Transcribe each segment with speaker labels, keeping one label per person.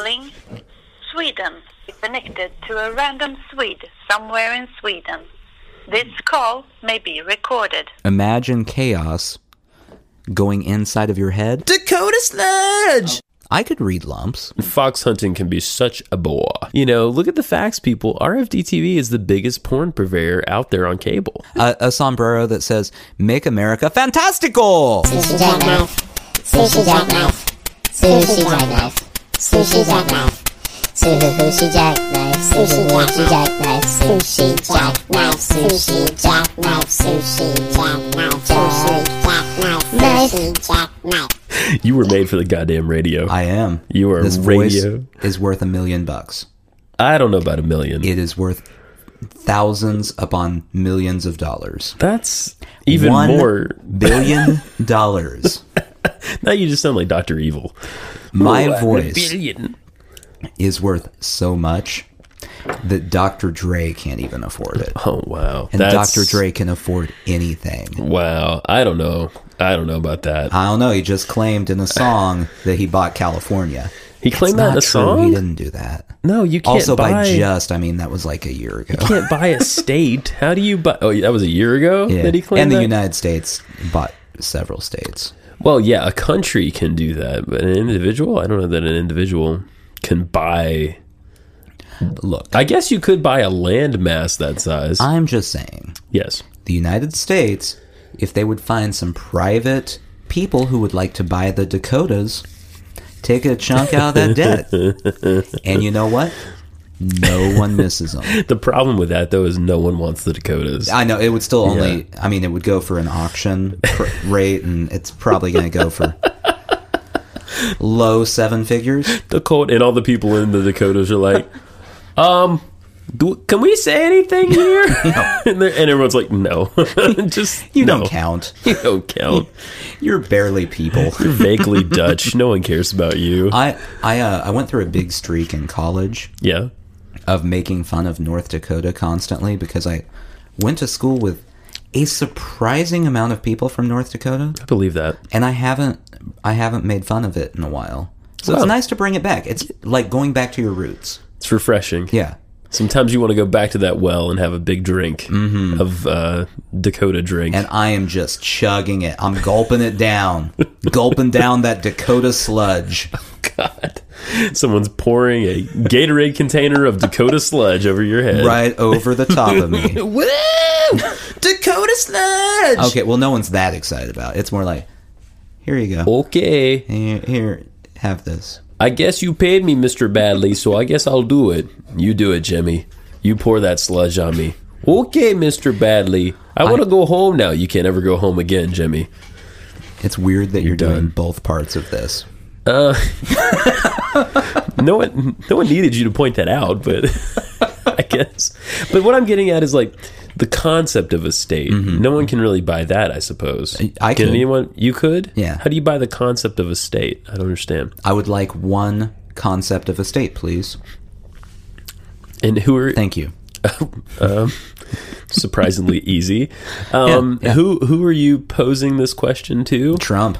Speaker 1: Googling Sweden. It connected to a random Swede somewhere in Sweden. This call may be recorded.
Speaker 2: Imagine chaos going inside of your head.
Speaker 3: Dakota Sludge!
Speaker 2: I could read lumps.
Speaker 4: Fox hunting can be such a bore. You know, look at the facts, people. RFD TV is the biggest porn purveyor out there on cable.
Speaker 2: A, a sombrero that says, Make America Fantastical!
Speaker 5: Sushi jackknife. Sushi jackknife. Sushi jackknife. Sushi jackknife. Sushi jackknife. Sushi jackknife. Sushi jackknife. Sushi jackknife. Sushi jackknife. Sushi jackknife. Sushi jackknife.
Speaker 4: You were made for the goddamn radio.
Speaker 2: I am.
Speaker 4: You are
Speaker 2: this
Speaker 4: radio.
Speaker 2: voice is worth a million bucks.
Speaker 4: I don't know about a million.
Speaker 2: It is worth thousands upon millions of dollars.
Speaker 4: That's even
Speaker 2: One
Speaker 4: more.
Speaker 2: Billion dollars.
Speaker 4: Now you just sound like Doctor Evil.
Speaker 2: My
Speaker 4: Oh, a
Speaker 2: voice
Speaker 4: billion.
Speaker 2: is worth so much that Dr. Dre can't even afford it.
Speaker 4: Oh wow.
Speaker 2: And
Speaker 4: That's-
Speaker 2: Dr. Dre can afford anything.
Speaker 4: Wow. I don't know. I don't know about that.
Speaker 2: I don't know. He just claimed in a song that he bought California.
Speaker 4: He claimed that
Speaker 2: Not
Speaker 4: in
Speaker 2: true.
Speaker 4: a
Speaker 2: He
Speaker 4: song.
Speaker 2: didn't do that.
Speaker 4: No, you can't
Speaker 2: Also,
Speaker 4: buy.
Speaker 2: by just, I mean that was like a year ago.
Speaker 4: you can't buy a state. How do you buy? Oh, that was a year ago
Speaker 2: Yeah.
Speaker 4: that he claimed
Speaker 2: and the
Speaker 4: that?
Speaker 2: United States bought several states.
Speaker 4: Well, yeah, a country can do that, but an individual, I don't know that an individual can buy.
Speaker 2: Look,
Speaker 4: I guess you could buy a landmass that size.
Speaker 2: I'm just saying
Speaker 4: yes.
Speaker 2: the United States, if they would find some private people who would like to buy the Dakotas, take a chunk out of that debt. and you know what? No one misses them.
Speaker 4: The problem with that, though, is no one wants the Dakotas.
Speaker 2: I know it would still only. I mean, it would go for an auction pr- rate, and it's probably going to go for low seven figures.
Speaker 4: the cult and all the people in the Dakotas are like, um, do, can we say anything here? and, they're- and everyone's like, no. Just,
Speaker 2: You
Speaker 4: no.
Speaker 2: don't count.
Speaker 4: You don't count.
Speaker 2: You're barely people.
Speaker 4: You're vaguely Dutch. No one cares about you.
Speaker 2: I I uh, I went through a big streak in college
Speaker 4: yeah.
Speaker 2: of making fun of North Dakota constantly because I went to school with a surprising amount of people from North Dakota,
Speaker 4: I believe that.
Speaker 2: and I haven't I haven't made fun of it in a while. So
Speaker 4: Wow.
Speaker 2: it's nice to bring it back. It's like going back to your roots.
Speaker 4: It's refreshing.
Speaker 2: Yeah.
Speaker 4: Sometimes you want to go back to that well and have a big drink of uh, Dakota drink.
Speaker 2: Mm-hmm. and I am just chugging it. I'm gulping it down, gulping down that Dakota sludge.
Speaker 4: God, someone's pouring a Gatorade container of Dakota sludge over your head.
Speaker 2: Right over the top of me.
Speaker 3: Woo! Dakota Sludge!
Speaker 2: Okay, well, no one's that excited about it. It's more like, here you go.
Speaker 4: Okay.
Speaker 2: Here, here, have this.
Speaker 4: I guess you paid me, Mr. Badley, so I guess I'll do it. You do it, Jimmy. You pour that sludge on me. Okay, Mr. Badley. I want to go home now. You can't ever go home again, Jimmy.
Speaker 2: It's weird that you're, doing
Speaker 4: done.
Speaker 2: both parts of this.
Speaker 4: no one no one needed you to point that out, but I guess. But what I'm getting at is like the concept of a state. No one can really buy that, I suppose.
Speaker 2: Mm-hmm. I
Speaker 4: can
Speaker 2: could.
Speaker 4: anyone you could?
Speaker 2: Yeah.
Speaker 4: How do you buy the concept of a state? I don't understand.
Speaker 2: I would like one concept of estate, please.
Speaker 4: And who are
Speaker 2: Thank you.
Speaker 4: surprisingly easy. Um
Speaker 2: yeah.
Speaker 4: who who are you posing this question to?
Speaker 2: Trump.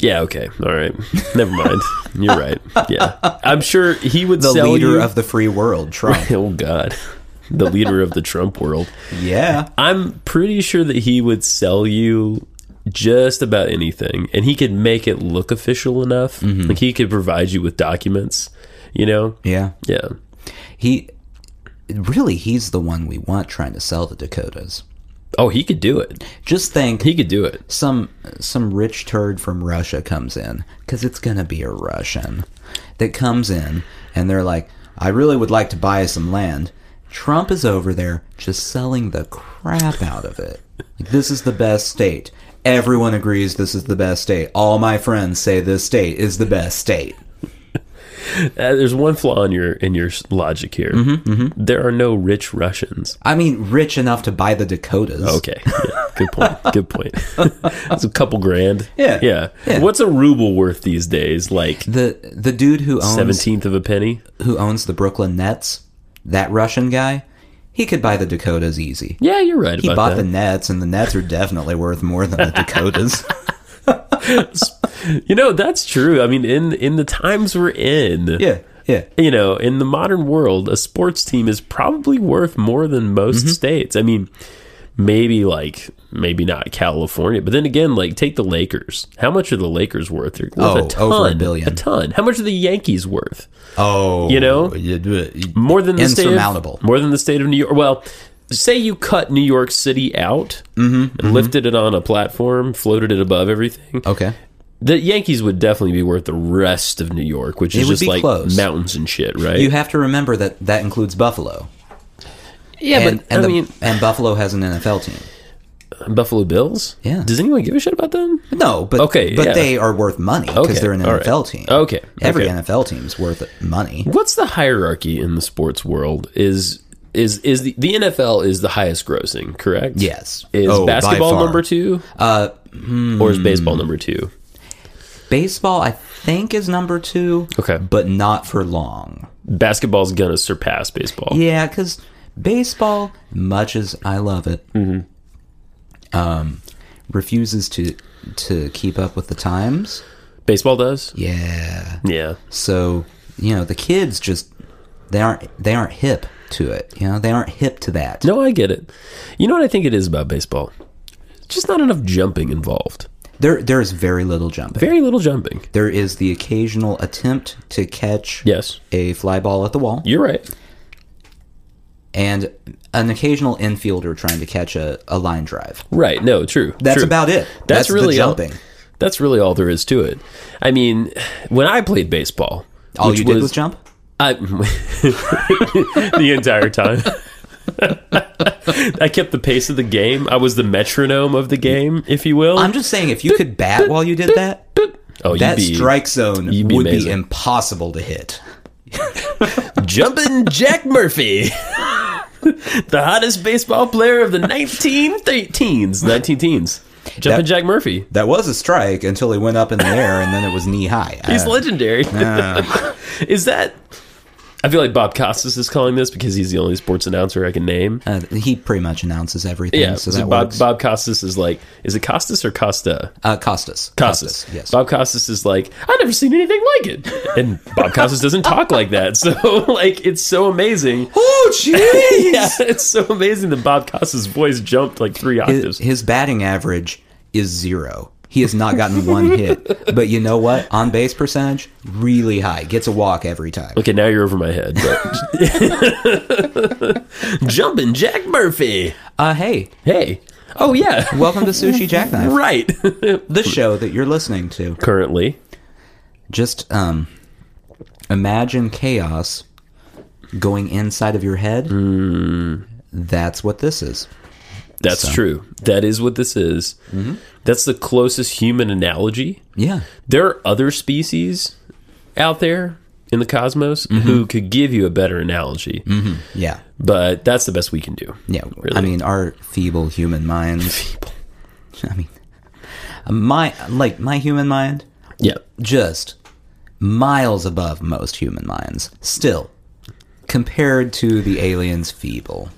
Speaker 4: Yeah, okay. All right. Never mind. You're right. Yeah. I'm sure he would
Speaker 2: The
Speaker 4: sell
Speaker 2: leader
Speaker 4: you
Speaker 2: of the free world, Trump.
Speaker 4: Oh god. The leader of the Trump world.
Speaker 2: yeah.
Speaker 4: I'm pretty sure that he would sell you just about anything and he could make it look official enough.
Speaker 2: Mm-hmm.
Speaker 4: Like he could provide you with documents, you know?
Speaker 2: Yeah.
Speaker 4: Yeah.
Speaker 2: He really, he's the one we want trying to sell the Dakotas.
Speaker 4: Oh, he could do it.
Speaker 2: Just think
Speaker 4: He could do it.
Speaker 2: some some rich turd from Russia comes in because it's gonna be a Russian that comes in and they're like, I really would like to buy some land. Trump is over there just selling the crap out of it. Like, this is the best state. Everyone agrees this is the best state. All my friends say this state is the best state.
Speaker 4: Uh, there's one flaw in your in your s- logic here.
Speaker 2: Mm-hmm,
Speaker 4: There are no rich Russians.
Speaker 2: I mean, rich enough to buy the Dakotas.
Speaker 4: Okay. Yeah. Good point. Good point. It's a couple grand.
Speaker 2: Yeah.
Speaker 4: yeah.
Speaker 2: Yeah.
Speaker 4: What's a ruble worth these days? Like
Speaker 2: The the dude who owns
Speaker 4: 17th of a penny?
Speaker 2: who owns the Brooklyn Nets, that Russian guy, he could buy the Dakotas easy.
Speaker 4: Yeah, you're right
Speaker 2: He
Speaker 4: about
Speaker 2: bought
Speaker 4: that.
Speaker 2: the Nets, and the Nets are definitely worth more than the Dakotas.
Speaker 4: you know, that's true. I mean, in in the times we're in,
Speaker 2: Yeah, yeah.
Speaker 4: you know, in the modern world, a sports team is probably worth more than most
Speaker 2: Mm-hmm.
Speaker 4: states. I mean, maybe like maybe not California, but then again, like take the Lakers. How much are the Lakers worth? They're worth
Speaker 2: Oh, over a billion.
Speaker 4: a ton. How much are the Yankees worth?
Speaker 2: Oh,
Speaker 4: You know?
Speaker 2: you do it. You-
Speaker 4: More than the
Speaker 2: Insurmountable.
Speaker 4: State of, more than the state of New York. Well, say you cut New York City out
Speaker 2: Mm-hmm,
Speaker 4: and lifted it on a platform, floated it above everything.
Speaker 2: Okay.
Speaker 4: The Yankees would definitely be worth the rest of New York, which
Speaker 2: It
Speaker 4: is
Speaker 2: would
Speaker 4: just
Speaker 2: be
Speaker 4: like
Speaker 2: close.
Speaker 4: mountains and shit, right?
Speaker 2: You have to remember that that includes Buffalo.
Speaker 4: yeah,
Speaker 2: and,
Speaker 4: but
Speaker 2: and
Speaker 4: I
Speaker 2: the-
Speaker 4: mean,
Speaker 2: and Buffalo has an NFL team.
Speaker 4: Buffalo Bills.
Speaker 2: Yeah.
Speaker 4: Does anyone give a shit about them?
Speaker 2: No, but
Speaker 4: Okay,
Speaker 2: but
Speaker 4: yeah.
Speaker 2: they are worth money because
Speaker 4: Okay,
Speaker 2: they're an
Speaker 4: all right.
Speaker 2: NFL team.
Speaker 4: Okay,
Speaker 2: every
Speaker 4: okay.
Speaker 2: NFL team's worth money.
Speaker 4: What's the hierarchy in the sports world? Is is is the, the NFL is the highest grossing, correct?
Speaker 2: Yes.
Speaker 4: Is
Speaker 2: Oh, by
Speaker 4: basketball
Speaker 2: far.
Speaker 4: number two,
Speaker 2: Uh, hmm.
Speaker 4: or is baseball number two?
Speaker 2: baseball, I think, is number two.
Speaker 4: Okay.
Speaker 2: but not for long.
Speaker 4: Basketball's gonna surpass baseball.
Speaker 2: Yeah, because baseball, much as I love it, um,
Speaker 4: Mm-hmm.
Speaker 2: refuses to to keep up with the times.
Speaker 4: Baseball does.
Speaker 2: Yeah,
Speaker 4: Yeah.
Speaker 2: so you know the kids just they aren't they aren't hip to it. You know they aren't hip to that.
Speaker 4: No, I get it. You know what I think it is about baseball? Just not enough jumping involved.
Speaker 2: There there is very little jumping.
Speaker 4: Very little jumping.
Speaker 2: There is the occasional attempt to catch
Speaker 4: Yes.
Speaker 2: a fly ball at the wall,
Speaker 4: You're right.
Speaker 2: and an occasional infielder trying to catch a, a line drive.
Speaker 4: Right. No, true.
Speaker 2: That's
Speaker 4: true.
Speaker 2: about it.
Speaker 4: That's,
Speaker 2: the
Speaker 4: really all-
Speaker 2: jumping.
Speaker 4: that's really all there is to it. I mean, when I played baseball,
Speaker 2: All
Speaker 4: which
Speaker 2: you did was jump.
Speaker 4: I, the entire time. I kept the pace of the game. I was the metronome of the game, if you will.
Speaker 2: I'm just saying, if you could bat while you did that,
Speaker 4: oh, you'd
Speaker 2: that
Speaker 4: be
Speaker 2: strike zone
Speaker 4: you'd be
Speaker 2: would be
Speaker 4: amazing.
Speaker 2: impossible to hit.
Speaker 4: jumping Jack Murphy, the hottest baseball player of the 1913s, 19 teens.
Speaker 2: That-
Speaker 4: Jumping Jack Murphy.
Speaker 2: That was a strike until he went up in the air, and then it was knee high.
Speaker 4: He's
Speaker 2: Uh,
Speaker 4: legendary. is that? I feel like Bob Costas is calling this because he's the only sports announcer I can name.
Speaker 2: uh, he pretty much announces everything.
Speaker 4: Yeah,
Speaker 2: so
Speaker 4: so,
Speaker 2: that
Speaker 4: Bob,
Speaker 2: works.
Speaker 4: Bob Costas is like, is it Costas or Costa?
Speaker 2: uh, Costas.
Speaker 4: Costas.
Speaker 2: Yes.
Speaker 4: Bob Costas is like, I've never seen anything like it. And Bob Costas doesn't talk like that. So, like, it's so amazing.
Speaker 2: oh, jeez.
Speaker 4: Yeah, it's so amazing that Bob Costas' voice jumped like three
Speaker 2: his,
Speaker 4: octaves.
Speaker 2: his batting average is zero. He has not gotten one hit. But you know what? On base percentage, really high. Gets a walk every time.
Speaker 4: Okay, now you're over my head. But... Jumping Jack Murphy.
Speaker 2: Uh, hey,
Speaker 4: Hey. Oh, yeah.
Speaker 2: welcome to Sushi Jackknife,
Speaker 4: right.
Speaker 2: the show that you're listening to.
Speaker 4: Currently.
Speaker 2: Just um, imagine chaos going inside of your head. Hmm. That's what this is.
Speaker 4: That's true. That is what this is.
Speaker 2: Mm-hmm.
Speaker 4: That's the closest human analogy.
Speaker 2: Yeah.
Speaker 4: there are other species out there in the cosmos
Speaker 2: Mm-hmm.
Speaker 4: who could give you a better analogy,
Speaker 2: Yeah.
Speaker 4: but that's the best we can do.
Speaker 2: Mm-hmm. Yeah, I
Speaker 4: Really.
Speaker 2: mean, our feeble human minds. I mean, my like my human mind,
Speaker 4: Yeah.
Speaker 2: just miles above most human minds. Still, compared to the aliens, feeble.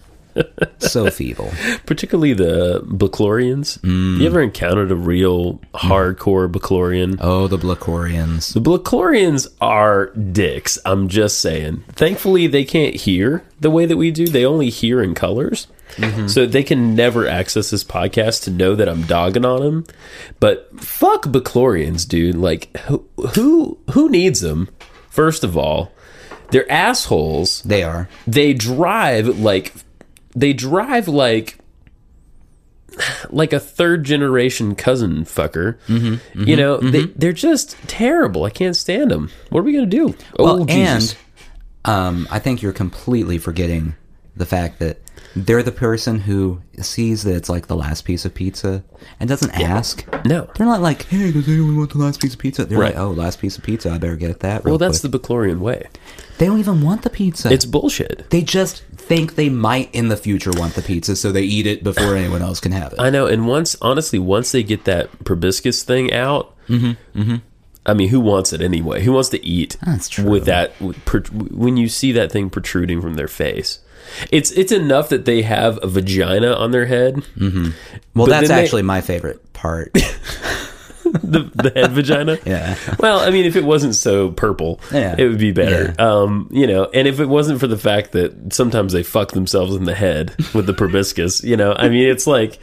Speaker 2: so feeble.
Speaker 4: Particularly the Baclorians.
Speaker 2: Mm.
Speaker 4: You ever encountered a real hardcore Baclorian?
Speaker 2: Oh, the Blacorians.
Speaker 4: The Blaclorians are dicks. I'm just saying. Thankfully, they can't hear the way that we do. They only hear in colors. So they can never access this podcast to know that I'm dogging on them. But fuck Baclorians, dude. Like, who, who, who needs them? First of all, they're assholes.
Speaker 2: They are.
Speaker 4: They drive like, they drive like, like a third generation cousin fucker.
Speaker 2: Mm-hmm,
Speaker 4: You know, They, they're just terrible. I can't stand them. What are we going to do?
Speaker 2: Well,
Speaker 4: oh, Jesus.
Speaker 2: and um, I think you're completely forgetting the fact that they're the person who sees that it's like the last piece of pizza and doesn't ask.
Speaker 4: no.
Speaker 2: They're not like, hey, does anyone want the last piece of pizza? They're
Speaker 4: Right.
Speaker 2: like, oh, last piece of pizza, I better get that. Real
Speaker 4: Well, that's
Speaker 2: quick.
Speaker 4: the Baclorian way.
Speaker 2: they don't even want the pizza.
Speaker 4: It's bullshit.
Speaker 2: they just think they might in the future want the pizza, so they eat it before anyone else can have it.
Speaker 4: I know. And once, honestly, once they get that proboscis thing out, I mean, who wants it anyway? Who wants to eat
Speaker 2: Mm-hmm, That's true.
Speaker 4: with that? with per- When you see that thing protruding from their face, it's it's enough that they have a vagina on their head.
Speaker 2: well,
Speaker 4: but
Speaker 2: that's
Speaker 4: then they-
Speaker 2: actually my favorite part.
Speaker 4: the, the head vagina.
Speaker 2: Yeah.
Speaker 4: Well, I mean, if it wasn't so purple,
Speaker 2: Yeah.
Speaker 4: it would be better. Um, you know, and if it wasn't for the fact that sometimes they fuck themselves in the head with the proboscis, you know, I mean, it's like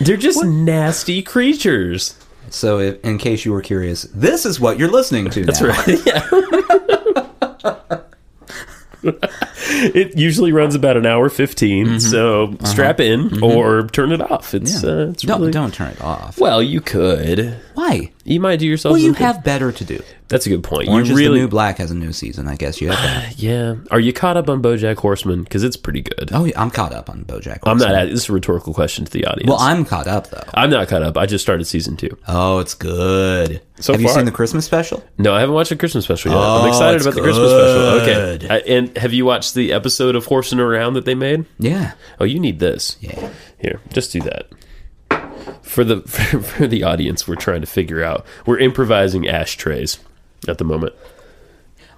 Speaker 4: they're just nasty creatures.
Speaker 2: So, if, in case you were curious, this is what you're listening to. That's
Speaker 4: yeah. it usually runs about an hour 15
Speaker 2: Mm-hmm.
Speaker 4: so
Speaker 2: Uh-huh.
Speaker 4: strap in or turn it off. It's uh, it's
Speaker 2: don't
Speaker 4: really
Speaker 2: Mm-hmm. don't turn it off.
Speaker 4: well, you could.
Speaker 2: Why?
Speaker 4: You might do yourself.
Speaker 2: Well, you
Speaker 4: some good-
Speaker 2: have better to do.
Speaker 4: That's a good point.
Speaker 2: Orange
Speaker 4: you
Speaker 2: is
Speaker 4: really,
Speaker 2: the New Black has a new season. I guess you have that.
Speaker 4: yeah. Are you caught up on BoJack Horseman? Because it's pretty good.
Speaker 2: Oh, yeah, I'm caught up on BoJack.
Speaker 4: I'm
Speaker 2: Horseman.
Speaker 4: not. At, this is a rhetorical question to the audience.
Speaker 2: Well, I'm caught up though.
Speaker 4: I'm not caught up. I just started season two.
Speaker 2: Oh, it's good.
Speaker 4: So
Speaker 2: have you
Speaker 4: far-
Speaker 2: seen the Christmas special?
Speaker 4: No, I haven't watched the Christmas special yet.
Speaker 2: Oh,
Speaker 4: I'm excited
Speaker 2: it's
Speaker 4: about the Christmas special. Okay.
Speaker 2: good.
Speaker 4: I, and have you watched the episode of Horsing Around that they made?
Speaker 2: Yeah.
Speaker 4: Oh, you need this.
Speaker 2: Yeah.
Speaker 4: Here, just do that. For the for, for the audience, we're trying to figure out. We're improvising ashtrays at the moment.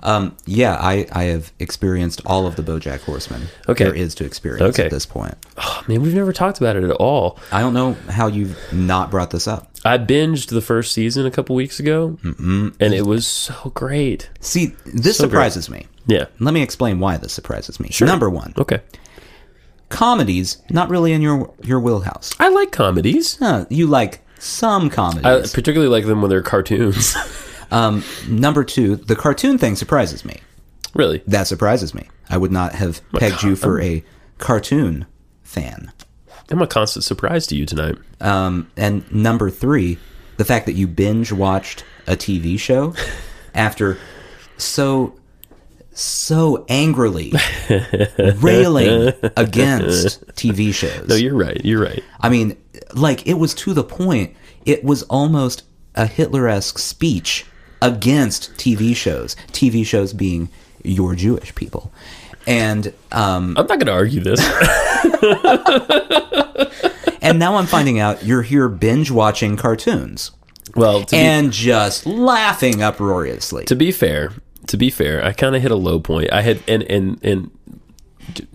Speaker 2: Um, Yeah, I, I have experienced all of the BoJack Horseman.
Speaker 4: Okay.
Speaker 2: there is to experience
Speaker 4: Okay.
Speaker 2: at this point.
Speaker 4: Oh, man, we've never talked about it at all.
Speaker 2: I don't know how you've not brought this up.
Speaker 4: I binged the first season a couple weeks ago, and it was so great.
Speaker 2: See, this
Speaker 4: So great.
Speaker 2: surprises me.
Speaker 4: Yeah.
Speaker 2: Let me explain why this surprises me. Number one,
Speaker 4: Okay.
Speaker 2: comedies not really in your your wheelhouse.
Speaker 4: I like comedies.
Speaker 2: Huh, you like some
Speaker 4: I
Speaker 2: comedies.
Speaker 4: particularly like them when they're cartoons.
Speaker 2: Number two, the cartoon thing surprises me.
Speaker 4: really?
Speaker 2: That surprises me. I would not have pegged you for a cartoon fan.
Speaker 4: I'm a constant surprise to you tonight.
Speaker 2: And number three, the fact that you binge watched a TV show after so so angrily railing against TV shows.
Speaker 4: No, you're right. You're right.
Speaker 2: I mean, like it was to the point. It was almost a Hitler-esque speech against TV shows. TV shows being your Jewish people, and um,
Speaker 4: I'm not going to argue this.
Speaker 2: and now I'm finding out you're here binge watching cartoons
Speaker 4: well, to be
Speaker 2: and just laughing uproariously.
Speaker 4: to be fair, to be fair, I kind of hit a low point. I had and and and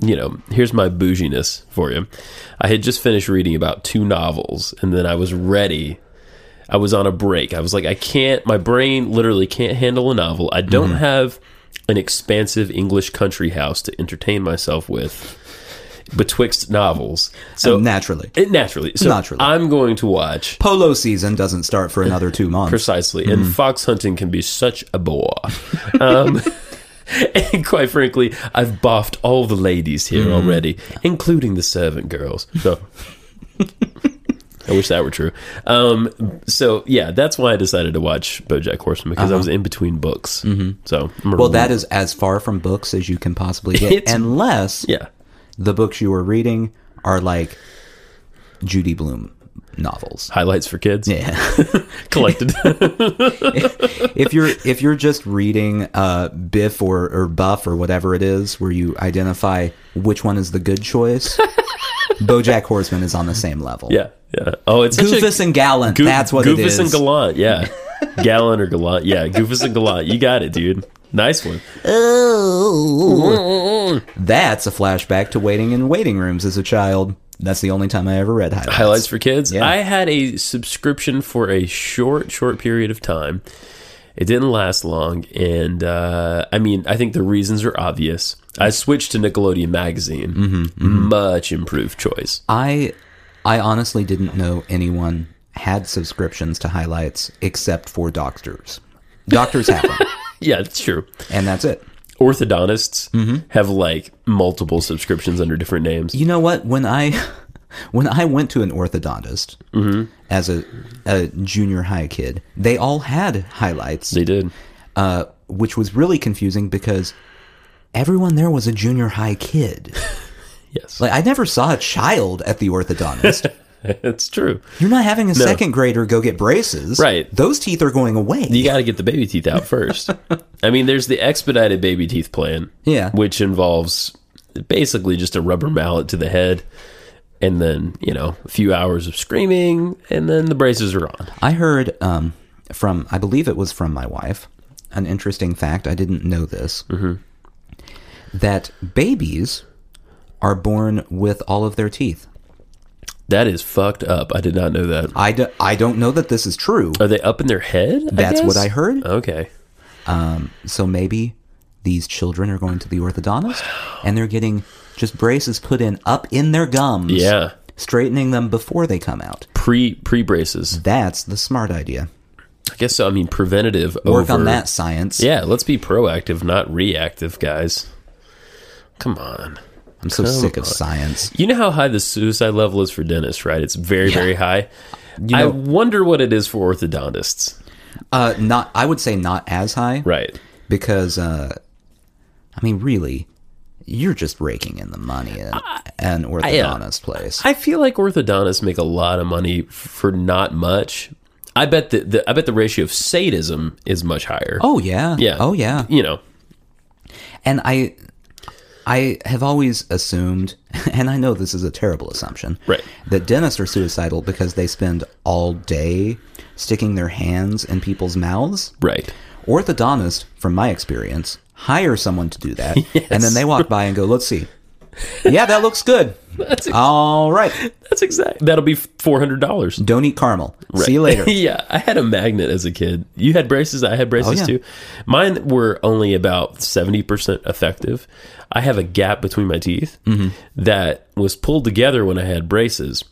Speaker 4: you know, here's my bouginess for you. I had just finished reading about two novels, and then I was ready. I was on a break. I was like, I can't. My brain literally can't handle a novel. I don't have an expansive English country house to entertain myself with betwixt novels. So
Speaker 2: naturally,
Speaker 4: it naturally. So
Speaker 2: Naturally.
Speaker 4: I'm going to watch
Speaker 2: polo season doesn't start for another two months.
Speaker 4: precisely. And
Speaker 2: Mm.
Speaker 4: fox hunting can be such a bore. Um, and quite frankly, I've boffed all the ladies here
Speaker 2: Mm.
Speaker 4: already, including the servant girls. So. I wish that were true. Um, so yeah, that's why I decided to watch BoJack Horseman because I was in between books. Mm-hmm. So I'm
Speaker 2: Uh-huh.
Speaker 4: a
Speaker 2: well, that
Speaker 4: real-
Speaker 2: is as far from books as you can possibly get,
Speaker 4: It's-
Speaker 2: unless
Speaker 4: yeah.
Speaker 2: the books you were reading are like Judy Bloom novels.
Speaker 4: Highlights for kids
Speaker 2: Yeah.
Speaker 4: collected.
Speaker 2: if you're if you're just reading uh, Biff or, or Buff or whatever it is, where you identify which one is the good choice, BoJack Horseman is on the same level.
Speaker 4: yeah, yeah. Oh, it's such a-
Speaker 2: Goofus and Gallant.
Speaker 4: Goof-
Speaker 2: that's what
Speaker 4: Goofus
Speaker 2: it is.
Speaker 4: and Gallant, yeah. Gallant or Gallant, yeah. Goofus and Gallant, you got it, dude. Nice one.
Speaker 2: That's a flashback to waiting in waiting rooms as a child. That's the only time I ever read highlights.
Speaker 4: Highlights for kids.
Speaker 2: Yeah.
Speaker 4: I had a subscription for a short, short period of time. It didn't last long, and uh, I mean, I think the reasons are obvious. I switched to Nickelodeon magazine.
Speaker 2: Mm-hmm,
Speaker 4: Much improved choice.
Speaker 2: I I honestly didn't know anyone had subscriptions to highlights except for doctors. Doctors have them,
Speaker 4: Yeah, it's true.
Speaker 2: and that's it.
Speaker 4: Orthodontists have like multiple subscriptions under different names.
Speaker 2: Mm-hmm. You know what? When I when I went to an orthodontist
Speaker 4: Mm-hmm.
Speaker 2: as a, a junior high kid, they all had highlights,
Speaker 4: They did.
Speaker 2: uh, which was really confusing because everyone there was a junior high kid.
Speaker 4: Yes,
Speaker 2: Like I never saw a child at the orthodontist.
Speaker 4: it's true.
Speaker 2: You're not having a second grader go get braces,
Speaker 4: Right.
Speaker 2: Those teeth are going away.
Speaker 4: You got to get the baby teeth out first. I mean, there's the expedited baby teeth plan,
Speaker 2: Yeah.
Speaker 4: which involves basically just a rubber mallet to the head, and then you know a few hours of screaming, and then the braces are on.
Speaker 2: I heard um, from, I believe it was from my wife, an interesting fact. I didn't know this
Speaker 4: Mm-hmm.
Speaker 2: that babies are born with all of their teeth.
Speaker 4: That is fucked up. I did not know that.
Speaker 2: I, do, I don't know that this is true.
Speaker 4: Are they up in their head? I
Speaker 2: That's what
Speaker 4: guess?
Speaker 2: I heard.
Speaker 4: Okay.
Speaker 2: So maybe these children are going to the orthodontist and they're getting just braces put in up in their gums.
Speaker 4: Yeah.
Speaker 2: Straightening them before they come out.
Speaker 4: Pre pre braces.
Speaker 2: That's the smart idea.
Speaker 4: I guess so. I mean preventative
Speaker 2: Work
Speaker 4: over
Speaker 2: on that science.
Speaker 4: Yeah, let's be proactive, not reactive, guys. Come on.
Speaker 2: I'm so sick of science.
Speaker 4: You know how high the suicide level is for dentists, right? It's very, very high. I
Speaker 2: know-
Speaker 4: wonder what it is for orthodontists.
Speaker 2: Uh, not I would say not as high.
Speaker 4: Right.
Speaker 2: because uh, I mean, really, you're just raking in the money in an orthodontist place.
Speaker 4: I feel like orthodontists make a lot of money for not much. I bet the, the I bet the ratio of sadism is much higher.
Speaker 2: oh yeah,
Speaker 4: yeah.
Speaker 2: oh yeah.
Speaker 4: You know,
Speaker 2: And I, I have always assumed, and I know this is a terrible assumption,
Speaker 4: Right.
Speaker 2: That dentists are suicidal because they spend all day sticking their hands in people's mouths.
Speaker 4: right.
Speaker 2: Orthodontists, from my experience, hire someone to do that, and then they walk by and go, "Let's see." Yeah, that looks good.
Speaker 4: That's ex-
Speaker 2: All right.
Speaker 4: that's exact. That'll be four hundred dollars.
Speaker 2: Don't eat caramel. See you later.
Speaker 4: yeah, I had a magnet as a kid. You had braces. I had braces
Speaker 2: yeah.
Speaker 4: too. Mine were only about seventy percent effective. I have a gap between my teeth that was pulled together when I had braces.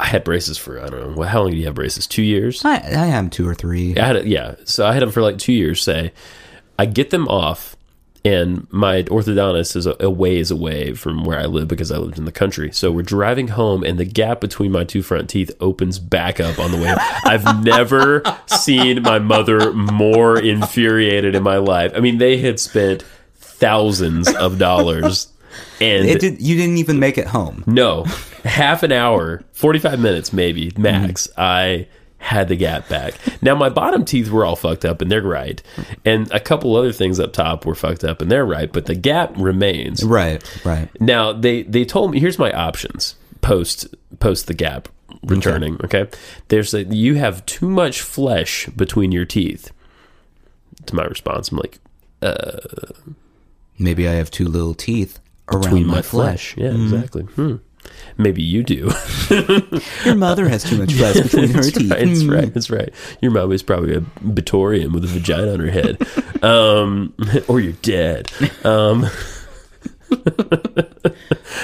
Speaker 4: I had braces for I don't know how long do you have braces? Two years.
Speaker 2: I, I am two or three.
Speaker 4: I had it, yeah. So I had them for like two years. Say, I get them off, and my orthodontist is a, a ways away from where I live because I lived in the country. So we're driving home, and the gap between my two front teeth opens back up on the way. I've never seen my mother more infuriated in my life. I mean, they had spent thousands of dollars, and
Speaker 2: It did. You didn't even make it home.
Speaker 4: no, half an hour, 45 minutes maybe, max. I had the gap back. Now, my bottom teeth were all fucked up and they're right. And a couple other things up top were fucked up and they're right, but the gap remains.
Speaker 2: Right. Right.
Speaker 4: Now, they, they told me here's my options post post the gap returning. Okay. There's a, you have too much flesh between your teeth. To my response, I'm like,
Speaker 2: Maybe I have two little teeth around my, flesh. Mm-hmm.
Speaker 4: Yeah, exactly. Hmm. Maybe you do.
Speaker 2: Your mother has too much flesh between her
Speaker 4: That's
Speaker 2: teeth.
Speaker 4: right, that's
Speaker 2: Mm.
Speaker 4: right. That's right. Your mom is probably a Batorian with a vagina on her head, um, or you're dead. Um,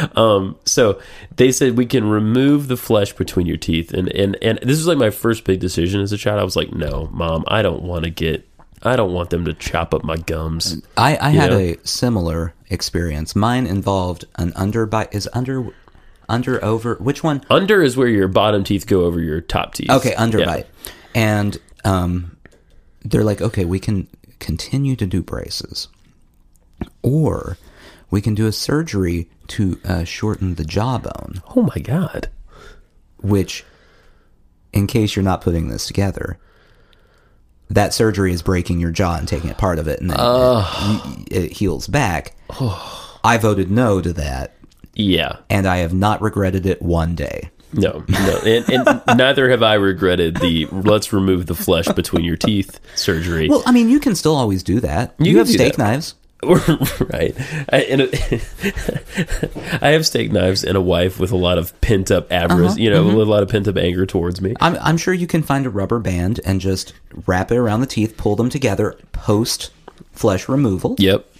Speaker 4: um, so they said we can remove the flesh between your teeth, and and and this was like my first big decision as a child. I was like, no, mom, I don't want to get. I don't want them to chop up my gums.
Speaker 2: I, I had
Speaker 4: know?
Speaker 2: a similar experience. Mine involved an underbite. Is under, under over which one?
Speaker 4: Under is where your bottom teeth go over your top teeth.
Speaker 2: Okay,
Speaker 4: Yeah.
Speaker 2: underbite. And um, they're like, okay, we can continue to do braces, or we can do a surgery to uh, shorten the jawbone.
Speaker 4: Oh my god.
Speaker 2: which in case you're not putting this together that surgery is breaking your jaw and taking a part of it and then it, it heals back i voted no to that
Speaker 4: Yeah.
Speaker 2: and i have not regretted it one day
Speaker 4: No, no, and, and neither have I regretted the let's remove the flesh between your teeth surgery.
Speaker 2: well i mean you can still always do that you,
Speaker 4: can
Speaker 2: have
Speaker 4: do
Speaker 2: steak
Speaker 4: that.
Speaker 2: knives
Speaker 4: right? I, and a- I have steak knives and a wife with a lot of pent up avarice, you know, a lot of pent up anger towards me.
Speaker 2: I'm, I'm sure you can find a rubber band and just wrap it around the teeth pull them together post flesh removal
Speaker 4: Yep.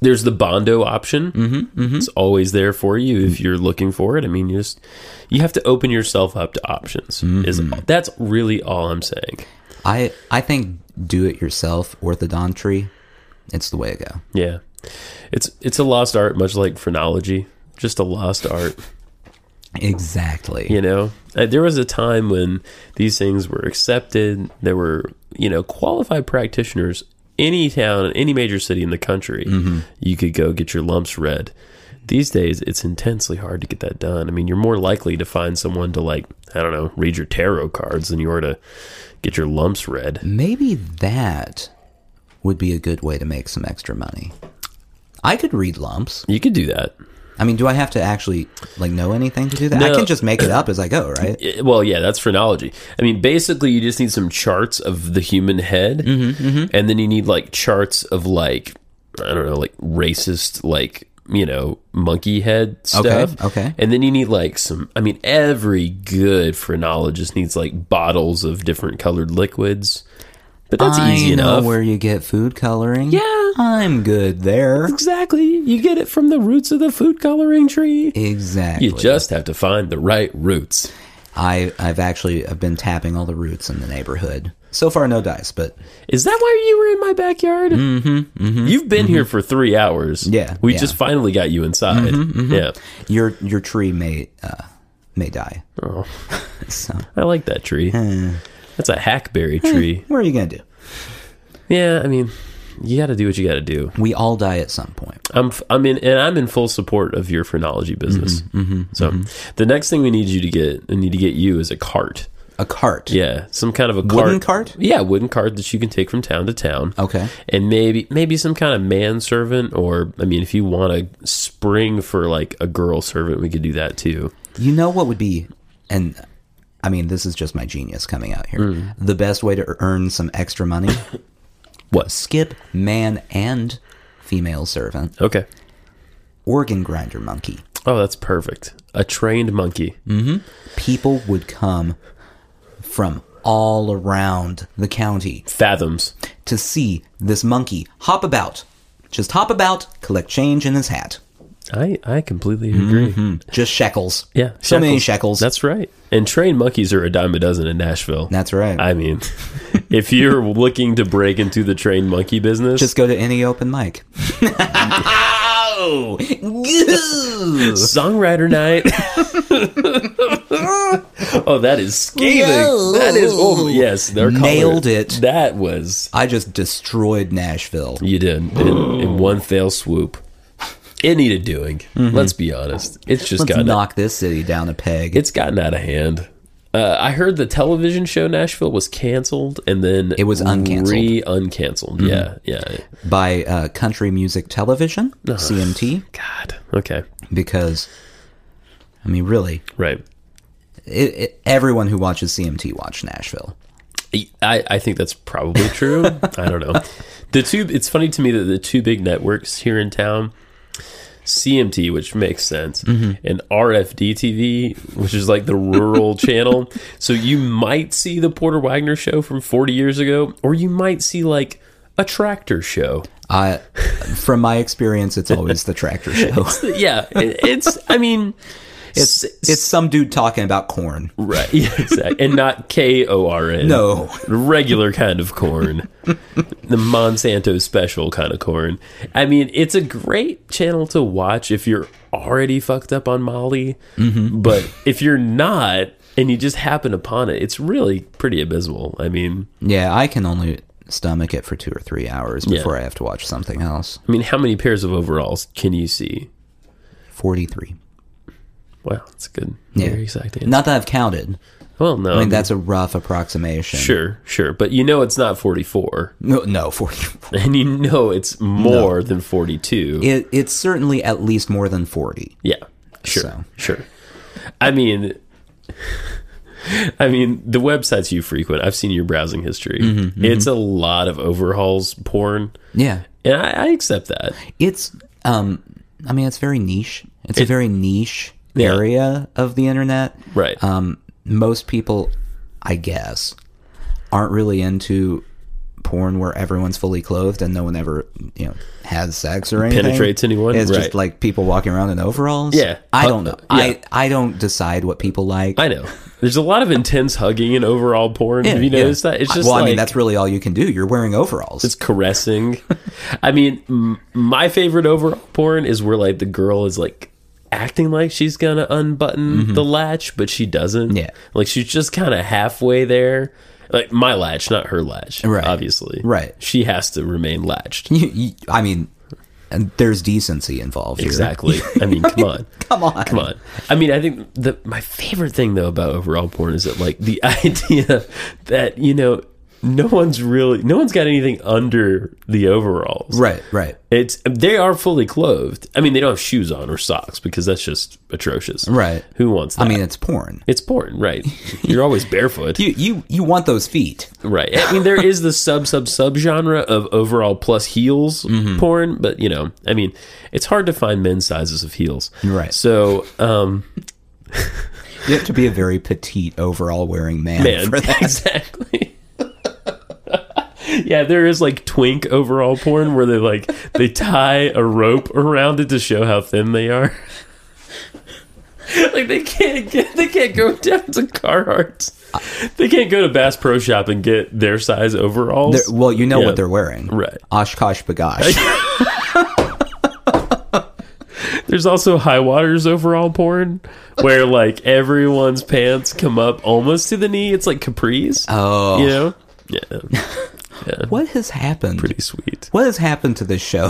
Speaker 4: There's the bondo option. Mm-hmm, It's always there for you if you're looking for it. I mean, you just you have to open yourself up to options. Is that's really all I'm saying.
Speaker 2: i i think do it yourself orthodontry it's the way to go
Speaker 4: Yeah. It's it's a lost art much like phrenology, just a lost art.
Speaker 2: exactly
Speaker 4: You know, Uh, there was a time when these things were accepted. There were, you know, qualified practitioners. Any town, any major city in the country, you could go get your lumps read. These days, it's intensely hard to get that done. I mean, you're more likely to find someone to like, I don't know, read your tarot cards than you are to get your lumps read.
Speaker 2: Maybe that would be a good way to make some extra money. I could read lumps.
Speaker 4: You could do that.
Speaker 2: I mean, do I have to actually like know anything to do that? I
Speaker 4: No.
Speaker 2: can just make it up as I go, right?
Speaker 4: Eh, well yeah that's phrenology i mean basically you just need some charts of the human head
Speaker 2: Mm-hmm,
Speaker 4: and then you need like charts of like i don't know like racist like you know, monkey head
Speaker 2: Okay,
Speaker 4: stuff.
Speaker 2: okay.
Speaker 4: And then you need like some, I mean, every good phrenologist needs like bottles of different colored liquids. But that's
Speaker 2: I
Speaker 4: easy
Speaker 2: know
Speaker 4: enough.
Speaker 2: where you get food coloring.
Speaker 4: Yeah.
Speaker 2: I'm good there.
Speaker 4: exactly. You get it from the roots of the food coloring tree.
Speaker 2: Exactly.
Speaker 4: You just have to find the right roots.
Speaker 2: I I've actually I've been tapping all the roots in the neighborhood. So far, no dice, but
Speaker 4: Is that why you were in my backyard? Mm-hmm, You've been here for three hours.
Speaker 2: Mm-hmm. Yeah,
Speaker 4: We
Speaker 2: yeah. Mm-hmm,
Speaker 4: just finally got you inside. Yeah.
Speaker 2: your your tree may uh, may die. Oh, so
Speaker 4: I like that tree. That's a hackberry tree.
Speaker 2: what are you gonna do?
Speaker 4: yeah, I mean, you got to do what you got to do.
Speaker 2: We all die at some point.
Speaker 4: I'm f- I'm in and I'm in full support of your phrenology business.
Speaker 2: Mm-hmm,
Speaker 4: so the next thing we need you to get I need to get you is a cart.
Speaker 2: A cart.
Speaker 4: Yeah, some kind of a
Speaker 2: Wooden cart?
Speaker 4: Yeah, wooden cart that you can take from town to town.
Speaker 2: Okay.
Speaker 4: and maybe maybe some kind of manservant, or I mean, if you want to spring for like a girl servant, we could do that too.
Speaker 2: You know what would be, and I mean this is just my genius coming out here.
Speaker 4: Mm.
Speaker 2: The best way to earn some extra money.
Speaker 4: What?
Speaker 2: Skip man and female servant
Speaker 4: Okay.
Speaker 2: organ grinder monkey.
Speaker 4: Oh, that's perfect. A trained monkey.
Speaker 2: People would come from all around the county
Speaker 4: Fathoms.
Speaker 2: to see this monkey hop about. Just hop about, collect change in his hat.
Speaker 4: I I completely agree.
Speaker 2: Just shekels.
Speaker 4: Yeah,
Speaker 2: Mm-hmm. So many shekels.
Speaker 4: That's right. And trained monkeys are a dime a dozen in Nashville.
Speaker 2: That's right.
Speaker 4: I mean, if you're looking to break into the trained monkey business,
Speaker 2: Just go to any open mic. Ow! Goo!
Speaker 4: songwriter night. oh, that is scathing. That is. Oh, yes, they're colored.
Speaker 2: Nailed it.
Speaker 4: That was
Speaker 2: I just destroyed Nashville.
Speaker 4: you did in, in one fell swoop. It needed doing. Let's be honest. It's just
Speaker 2: Let's
Speaker 4: gotten
Speaker 2: knock this city down a peg.
Speaker 4: it's gotten out of hand. Uh, I heard the television show Nashville was canceled, and then
Speaker 2: It was uncanceled. Mm-hmm.
Speaker 4: re uncanceled. Yeah, yeah.
Speaker 2: by uh, Country Music Television, CMT,
Speaker 4: God. Okay.
Speaker 2: because, I mean, really,
Speaker 4: Right.
Speaker 2: it, it, everyone who watches CMT watched Nashville.
Speaker 4: I, I think that's probably true. I don't know. The two it's funny to me that the two big networks here in town, CMT, which makes sense, and RFD TV, which is like the rural channel. So you might see the Porter Wagner show from 40 years ago, or you might see like a tractor show.
Speaker 2: I, from my experience, it's always the tractor show.
Speaker 4: Yeah, it, it's I mean
Speaker 2: It's it's some dude talking about corn.
Speaker 4: right. Yeah, exactly. And not K O R N.
Speaker 2: No,
Speaker 4: regular kind of corn, the Monsanto special kind of corn. I mean, it's a great channel to watch if you're already fucked up on Molly,
Speaker 2: Mm-hmm.
Speaker 4: but if you're not and you just happen upon it, it's really pretty abysmal. I mean,
Speaker 2: yeah, I can only stomach it for two or three hours before
Speaker 4: Yeah.
Speaker 2: I have to watch something else.
Speaker 4: I mean, how many pairs of overalls can you see?
Speaker 2: Forty three.
Speaker 4: Wow, that's a good,
Speaker 2: Yeah.
Speaker 4: very exact answer.
Speaker 2: Not that I've counted.
Speaker 4: well, no,
Speaker 2: I mean, that's a rough approximation.
Speaker 4: sure, sure, but you know it's not 44,
Speaker 2: No, no, forty.
Speaker 4: and you know it's more than 42.
Speaker 2: It, it's certainly at least more than forty.
Speaker 4: Yeah. Sure.
Speaker 2: So.
Speaker 4: Sure. I mean I mean the websites you frequent, I've seen your browsing history.
Speaker 2: Mm-hmm,
Speaker 4: It's a lot of overhauls porn.
Speaker 2: Yeah,
Speaker 4: And I, I accept that.
Speaker 2: it's um, I mean, it's very niche. It's a very niche area of the internet.
Speaker 4: Right.
Speaker 2: um, most people, I guess, aren't really into porn where everyone's fully clothed and no one ever, you know, has sex or anything.
Speaker 4: Penetrates anyone?
Speaker 2: It's
Speaker 4: Right.
Speaker 2: just like people walking around in overalls.
Speaker 4: Yeah.
Speaker 2: I
Speaker 4: Hu-
Speaker 2: don't know.
Speaker 4: yeah.
Speaker 2: I, I don't decide what people like.
Speaker 4: I know. There's a lot of intense hugging in overall porn. Have you
Speaker 2: Yeah.
Speaker 4: noticed that? It's just
Speaker 2: well,
Speaker 4: like
Speaker 2: I mean, that's really all you can do. You're wearing overalls.
Speaker 4: it's caressing. I mean, m- my favorite overall porn is where like the girl is like acting like she's gonna unbutton the latch, but she doesn't.
Speaker 2: Mm-hmm. Yeah.
Speaker 4: like she's just kind of halfway there. Like my latch, not her latch.
Speaker 2: Right.
Speaker 4: Obviously.
Speaker 2: Right.
Speaker 4: She has to remain latched.
Speaker 2: You- you- I mean, and there's decency involved. here.
Speaker 4: Exactly. I mean, come on.
Speaker 2: Come on.
Speaker 4: Come on. I mean, I think the my favorite thing though about overall porn is that like the idea that you know no one's really no one's got anything under the overalls.
Speaker 2: Right, right,
Speaker 4: It's they are fully clothed. I mean, they don't have shoes on or socks because that's just atrocious.
Speaker 2: right.
Speaker 4: Who wants that?
Speaker 2: I mean, it's porn.
Speaker 4: it's porn, right? You're always barefoot,
Speaker 2: You you you want those feet?
Speaker 4: right? I mean, there is the sub sub sub genre of overall plus heels
Speaker 2: Mm-hmm.
Speaker 4: porn, but you know, I mean, it's hard to find men's sizes of heels,
Speaker 2: Right.
Speaker 4: So, um,
Speaker 2: You have to be a very petite overall wearing man,
Speaker 4: man,
Speaker 2: for that.
Speaker 4: exactly. yeah, there is like twink overall porn where they like they tie a rope around it to show how thin they are. like they can't get, they can't go down to Carhartt's. They can't go to Bass Pro Shop and get their size overalls.
Speaker 2: They're- well, you know
Speaker 4: Yeah.
Speaker 2: what they're wearing,
Speaker 4: Right.
Speaker 2: Oshkosh bagosh.
Speaker 4: There's also high waters overall porn where like everyone's pants come up almost to the knee. It's like capris.
Speaker 2: Oh,
Speaker 4: You know? Yeah.
Speaker 2: what has happened?
Speaker 4: Pretty sweet.
Speaker 2: What has happened to this show?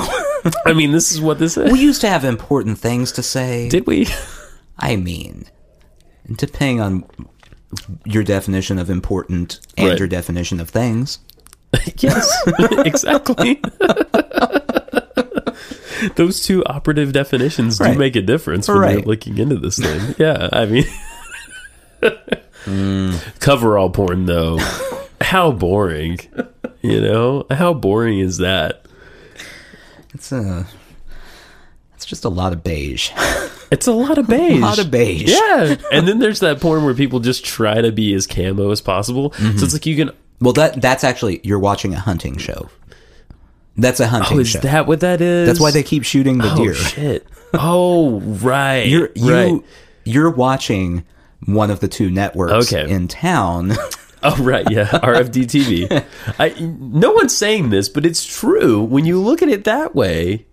Speaker 4: I mean, this is what this is.
Speaker 2: we used to have important things to say.
Speaker 4: Did we?
Speaker 2: I mean, depending on your definition of important and
Speaker 4: Right.
Speaker 2: your definition of things,
Speaker 4: Yes, exactly. Those two operative definitions do
Speaker 2: Right.
Speaker 4: make a difference when you're
Speaker 2: Right.
Speaker 4: looking into this thing. Yeah, I mean,
Speaker 2: Hmm.
Speaker 4: cover all porn though. How boring, you know? How boring is that?
Speaker 2: it's a it's just a lot of beige,
Speaker 4: It's a lot of beige.
Speaker 2: a lot of beige.
Speaker 4: Yeah, and then there's that porn where people just try to be as camo as possible.
Speaker 2: Mm-hmm.
Speaker 4: So it's like you can.
Speaker 2: Well, that that's actually you're watching a hunting show. That's a hunting
Speaker 4: Oh, is
Speaker 2: show.
Speaker 4: that what that is?
Speaker 2: that's why they keep shooting the
Speaker 4: Oh
Speaker 2: deer.
Speaker 4: shit! Oh right,
Speaker 2: You're you
Speaker 4: right.
Speaker 2: you're watching one of the two networks
Speaker 4: Okay.
Speaker 2: in town.
Speaker 4: Oh right, yeah, RFD TV. I no one's saying this, but it's true. When you look at it that way,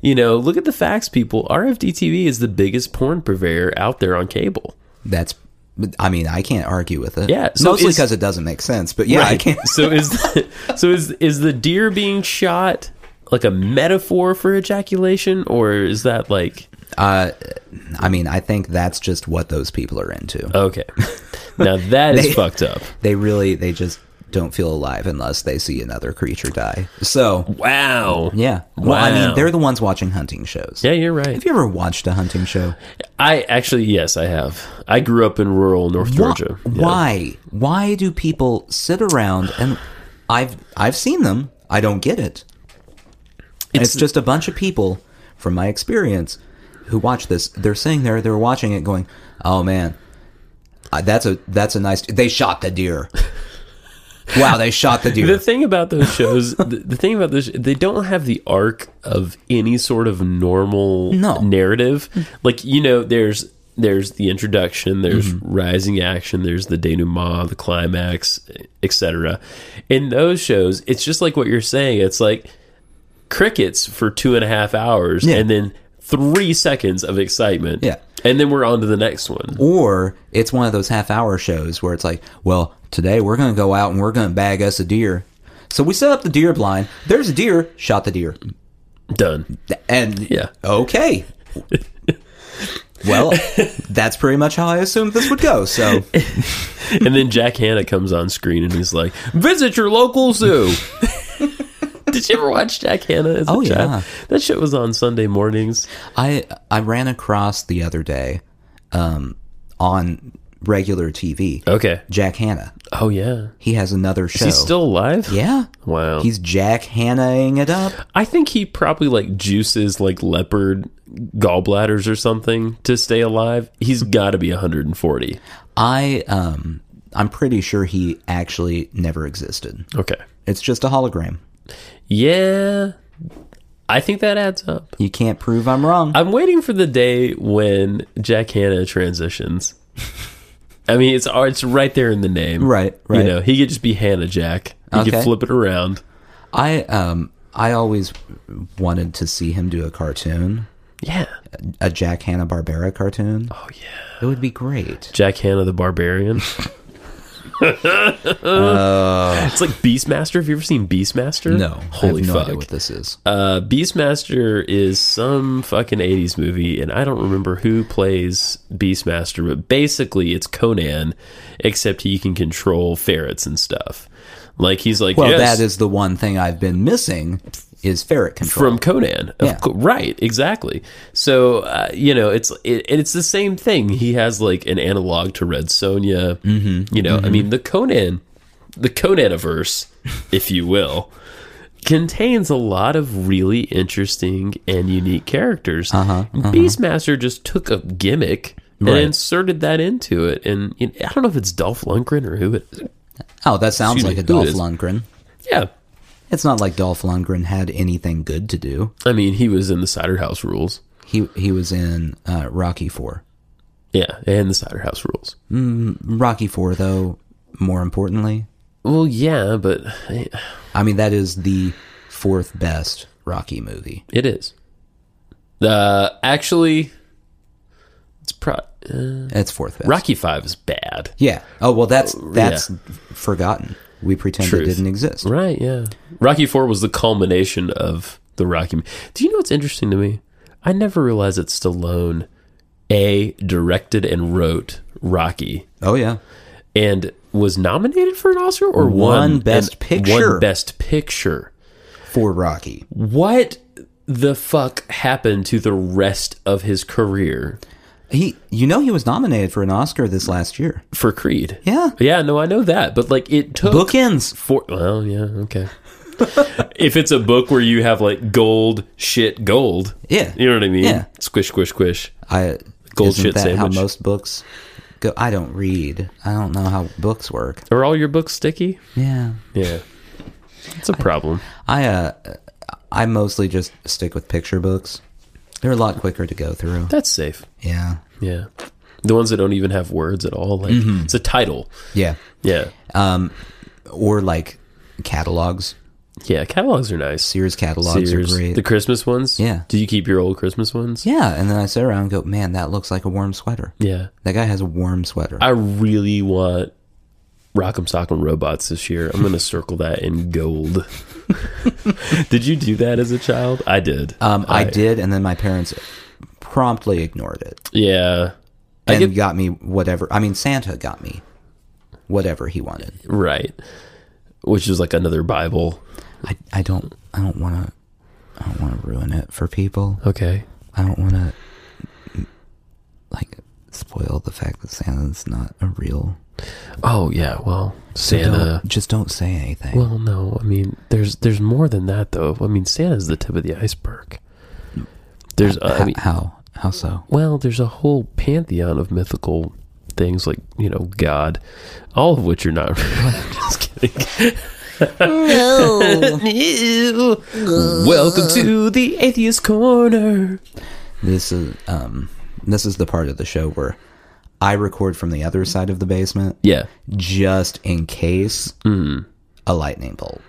Speaker 4: you know, look at the facts, people. RFD TV is the biggest porn purveyor out there on cable.
Speaker 2: that's I mean, I can't argue with it.
Speaker 4: Yeah, so
Speaker 2: mostly
Speaker 4: is-
Speaker 2: because it doesn't make sense. But yeah, I can't.
Speaker 4: so is the, so is is the deer being shot like a metaphor for ejaculation, or is that like
Speaker 2: Uh, I mean, I think that's just what those people are into.
Speaker 4: okay? Now that is
Speaker 2: They-
Speaker 4: fucked up.
Speaker 2: they really they just don't feel alive unless they see another creature die. So
Speaker 4: Wow.
Speaker 2: yeah, well, I
Speaker 4: Wow.
Speaker 2: mean, they're the ones watching hunting shows.
Speaker 4: Yeah, you're right.
Speaker 2: Have you ever watched a hunting show?
Speaker 4: I actually, yes, I have. I grew up in rural North Georgia.
Speaker 2: Why?
Speaker 4: Yeah.
Speaker 2: Why, why do people sit around and I've I've seen them. I don't get it. It's,
Speaker 4: It's-
Speaker 2: just a bunch of people from my experience who watch this. They're sitting there, they're watching it, going, "Oh man, uh, that's a that's a nice. They shot the deer. wow, they shot the deer.
Speaker 4: The thing about those shows, the, the thing about this, they don't have the arc of any sort of normal
Speaker 2: No. Mm.
Speaker 4: narrative. Like you know, there's there's the introduction, there's
Speaker 2: Mm-hmm.
Speaker 4: rising action, there's the denouement, the climax, etc. In those shows, it's just like what you're saying. It's like crickets for two and a half hours,
Speaker 2: Yeah.
Speaker 4: and then three seconds of excitement.
Speaker 2: Yeah.
Speaker 4: and then we're on to the next one.
Speaker 2: or it's one of those half hour shows where it's like, well, today we're going to go out and we're going to bag us a deer. So we set up the deer blind. There's a deer, shot the deer.
Speaker 4: Done.
Speaker 2: And
Speaker 4: Yeah.
Speaker 2: okay. well, that's pretty much how I assumed this would go. So
Speaker 4: And then Jack Hanna comes on screen and he's like, "Visit your local zoo." Did you ever watch Jack Hanna as a
Speaker 2: Oh,
Speaker 4: child?
Speaker 2: yeah.
Speaker 4: That shit was on Sunday mornings.
Speaker 2: I I ran across the other day um, on regular TV.
Speaker 4: Okay.
Speaker 2: Jack Hanna.
Speaker 4: Oh yeah.
Speaker 2: He has another show.
Speaker 4: He's still alive.
Speaker 2: yeah.
Speaker 4: Wow.
Speaker 2: He's Jack Hannaing it up.
Speaker 4: I think he probably like juices like leopard gallbladders or something to stay alive. He's got to be 140.
Speaker 2: I um I'm pretty sure he actually never existed.
Speaker 4: Okay.
Speaker 2: It's just a hologram.
Speaker 4: Yeah. I think that adds up.
Speaker 2: You can't prove I'm wrong.
Speaker 4: I'm waiting for the day when Jack Hanna transitions. I mean, it's uh, it's right there in the name,
Speaker 2: Right,
Speaker 4: You
Speaker 2: right.
Speaker 4: know, he could just be Hannah Jack. He could
Speaker 2: Okay.
Speaker 4: flip it around.
Speaker 2: I um I always wanted to see him do a cartoon,
Speaker 4: Yeah,
Speaker 2: a Jack Hanna Barbera cartoon. Oh yeah, it would be great.
Speaker 4: Jack Hanna the Barbarian.
Speaker 2: Uh,
Speaker 4: it's like Beastmaster. Have you ever seen Beastmaster?
Speaker 2: No,
Speaker 4: holy
Speaker 2: I have no
Speaker 4: fuck!
Speaker 2: idea what this is.
Speaker 4: Uh, Beastmaster is some fucking 80s movie, and I don't remember who plays Beastmaster, but basically it's Conan, except he can control ferrets and stuff. Like he's like,
Speaker 2: Well,
Speaker 4: yes,
Speaker 2: that is the one thing I've been missing is ferret control.
Speaker 4: from Conan. Of
Speaker 2: Yeah.
Speaker 4: co- right, exactly. So uh, you know, it's it, and it's the same thing. He has like an analog to Red Sonja. Mm-hmm, you know, I mean, the Conan, the Conaniverse, if you will. Contains a lot of really interesting and unique characters. And Beastmaster just took a gimmick and
Speaker 2: Right.
Speaker 4: inserted that into it. And you know, I don't know if it's Dolph Lundgren or who it.
Speaker 2: oh, that sounds like
Speaker 4: Excuse
Speaker 2: a
Speaker 4: me,
Speaker 2: Dolph
Speaker 4: who is-
Speaker 2: Lundgren.
Speaker 4: Yeah,
Speaker 2: It's not like Dolph Lundgren had anything good to do.
Speaker 4: I mean, he was in the Cider House Rules.
Speaker 2: He he was in uh, Rocky Four.
Speaker 4: Yeah, and the Cider House Rules.
Speaker 2: Rocky Four, though, more importantly,
Speaker 4: Well, yeah, but
Speaker 2: I mean that is the fourth best Rocky movie.
Speaker 4: it is. Uh, actually, it's pro- uh,
Speaker 2: It's fourth best.
Speaker 4: Rocky Five is bad,
Speaker 2: Yeah. Oh well, that's that's forgotten. We pretend it
Speaker 4: Truth.
Speaker 2: didn't exist.
Speaker 4: right? Yeah, Rocky Four was the culmination of the Rocky. Do you know what's interesting to me? I never realized that Stallone a directed and wrote Rocky
Speaker 2: Oh yeah.
Speaker 4: and was nominated for an Oscar or
Speaker 2: Won
Speaker 4: won
Speaker 2: Best
Speaker 4: an-
Speaker 2: Picture.
Speaker 4: One Best Picture.
Speaker 2: For Rocky.
Speaker 4: What the fuck happened to the rest of his career
Speaker 2: He, you know, he was nominated for an Oscar this last year.
Speaker 4: for Creed?
Speaker 2: Yeah.
Speaker 4: Yeah, no, I know that, but like it took
Speaker 2: Bookends.
Speaker 4: for well, yeah, okay. if it's a book where you have like gold, shit, gold,
Speaker 2: Yeah.
Speaker 4: you know what I mean?
Speaker 2: Yeah.
Speaker 4: Squish, squish, squish.
Speaker 2: I
Speaker 4: Gold
Speaker 2: isn't
Speaker 4: shit
Speaker 2: that How
Speaker 4: sandwich.
Speaker 2: most books go? I don't read. I don't know how books work.
Speaker 4: Are all your books sticky?
Speaker 2: Yeah.
Speaker 4: Yeah, it's a problem.
Speaker 2: I uh, I mostly just stick with picture books. They're a lot quicker to go through.
Speaker 4: That's safe.
Speaker 2: Yeah.
Speaker 4: Yeah, the ones that don't even have words at all, like
Speaker 2: Mm-hmm.
Speaker 4: it's a title.
Speaker 2: Yeah.
Speaker 4: Yeah,
Speaker 2: Or like catalogs.
Speaker 4: yeah. Catalogs are nice.
Speaker 2: Sears catalogs
Speaker 4: Sears.
Speaker 2: are great.
Speaker 4: The Christmas ones.
Speaker 2: Yeah.
Speaker 4: Do you keep your old Christmas ones?
Speaker 2: yeah. And then I sit around and go, man, that looks like a warm sweater.
Speaker 4: Yeah.
Speaker 2: That guy has a warm sweater.
Speaker 4: I really want Rock'em Sock'em Robots this year. I'm gonna circle that in gold. did you do that as a child? I did.
Speaker 2: um, I, did, and then my parents promptly ignored it
Speaker 4: Yeah.
Speaker 2: and
Speaker 4: get-
Speaker 2: got me whatever. I mean, Santa got me whatever he wanted.
Speaker 4: Right. Which is like another Bible.
Speaker 2: I, I don't I don't want to I don't want to ruin it for people.
Speaker 4: Okay.
Speaker 2: I don't want to like spoil the fact that Santa's not a real
Speaker 4: Oh yeah. Well, Santa.
Speaker 2: Don't- just don't say anything.
Speaker 4: uh, Well, no. I mean, there's there's more than that though. I mean, Santa's the tip of the iceberg. There's. Uh, I
Speaker 2: H-
Speaker 4: mean,
Speaker 2: how how so?
Speaker 4: Well, there's a whole pantheon of mythical things like, you know, God, all of which are not just kidding. No. Welcome to the Atheist Corner.
Speaker 2: This is um this is the part of the show where I record from the other side of the basement
Speaker 4: Yeah.
Speaker 2: just in case
Speaker 4: Hmm.
Speaker 2: a lightning bolt.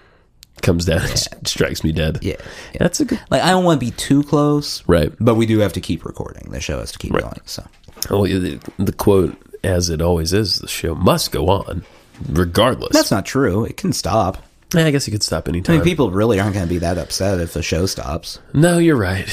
Speaker 4: Comes down and s- strikes me dead.
Speaker 2: Yeah. yeah.
Speaker 4: That's a good
Speaker 2: Like I don't want to be too close.
Speaker 4: Right.
Speaker 2: But we do have to keep recording. The show has to keep going. So
Speaker 4: Oh, yeah, the, the quote as it always is, the show must go on regardless.
Speaker 2: that's not true. It can stop.
Speaker 4: Yeah, I guess you could stop
Speaker 2: I
Speaker 4: anytime.
Speaker 2: mean, people really aren't going to be that upset if the show stops.
Speaker 4: no, you're right.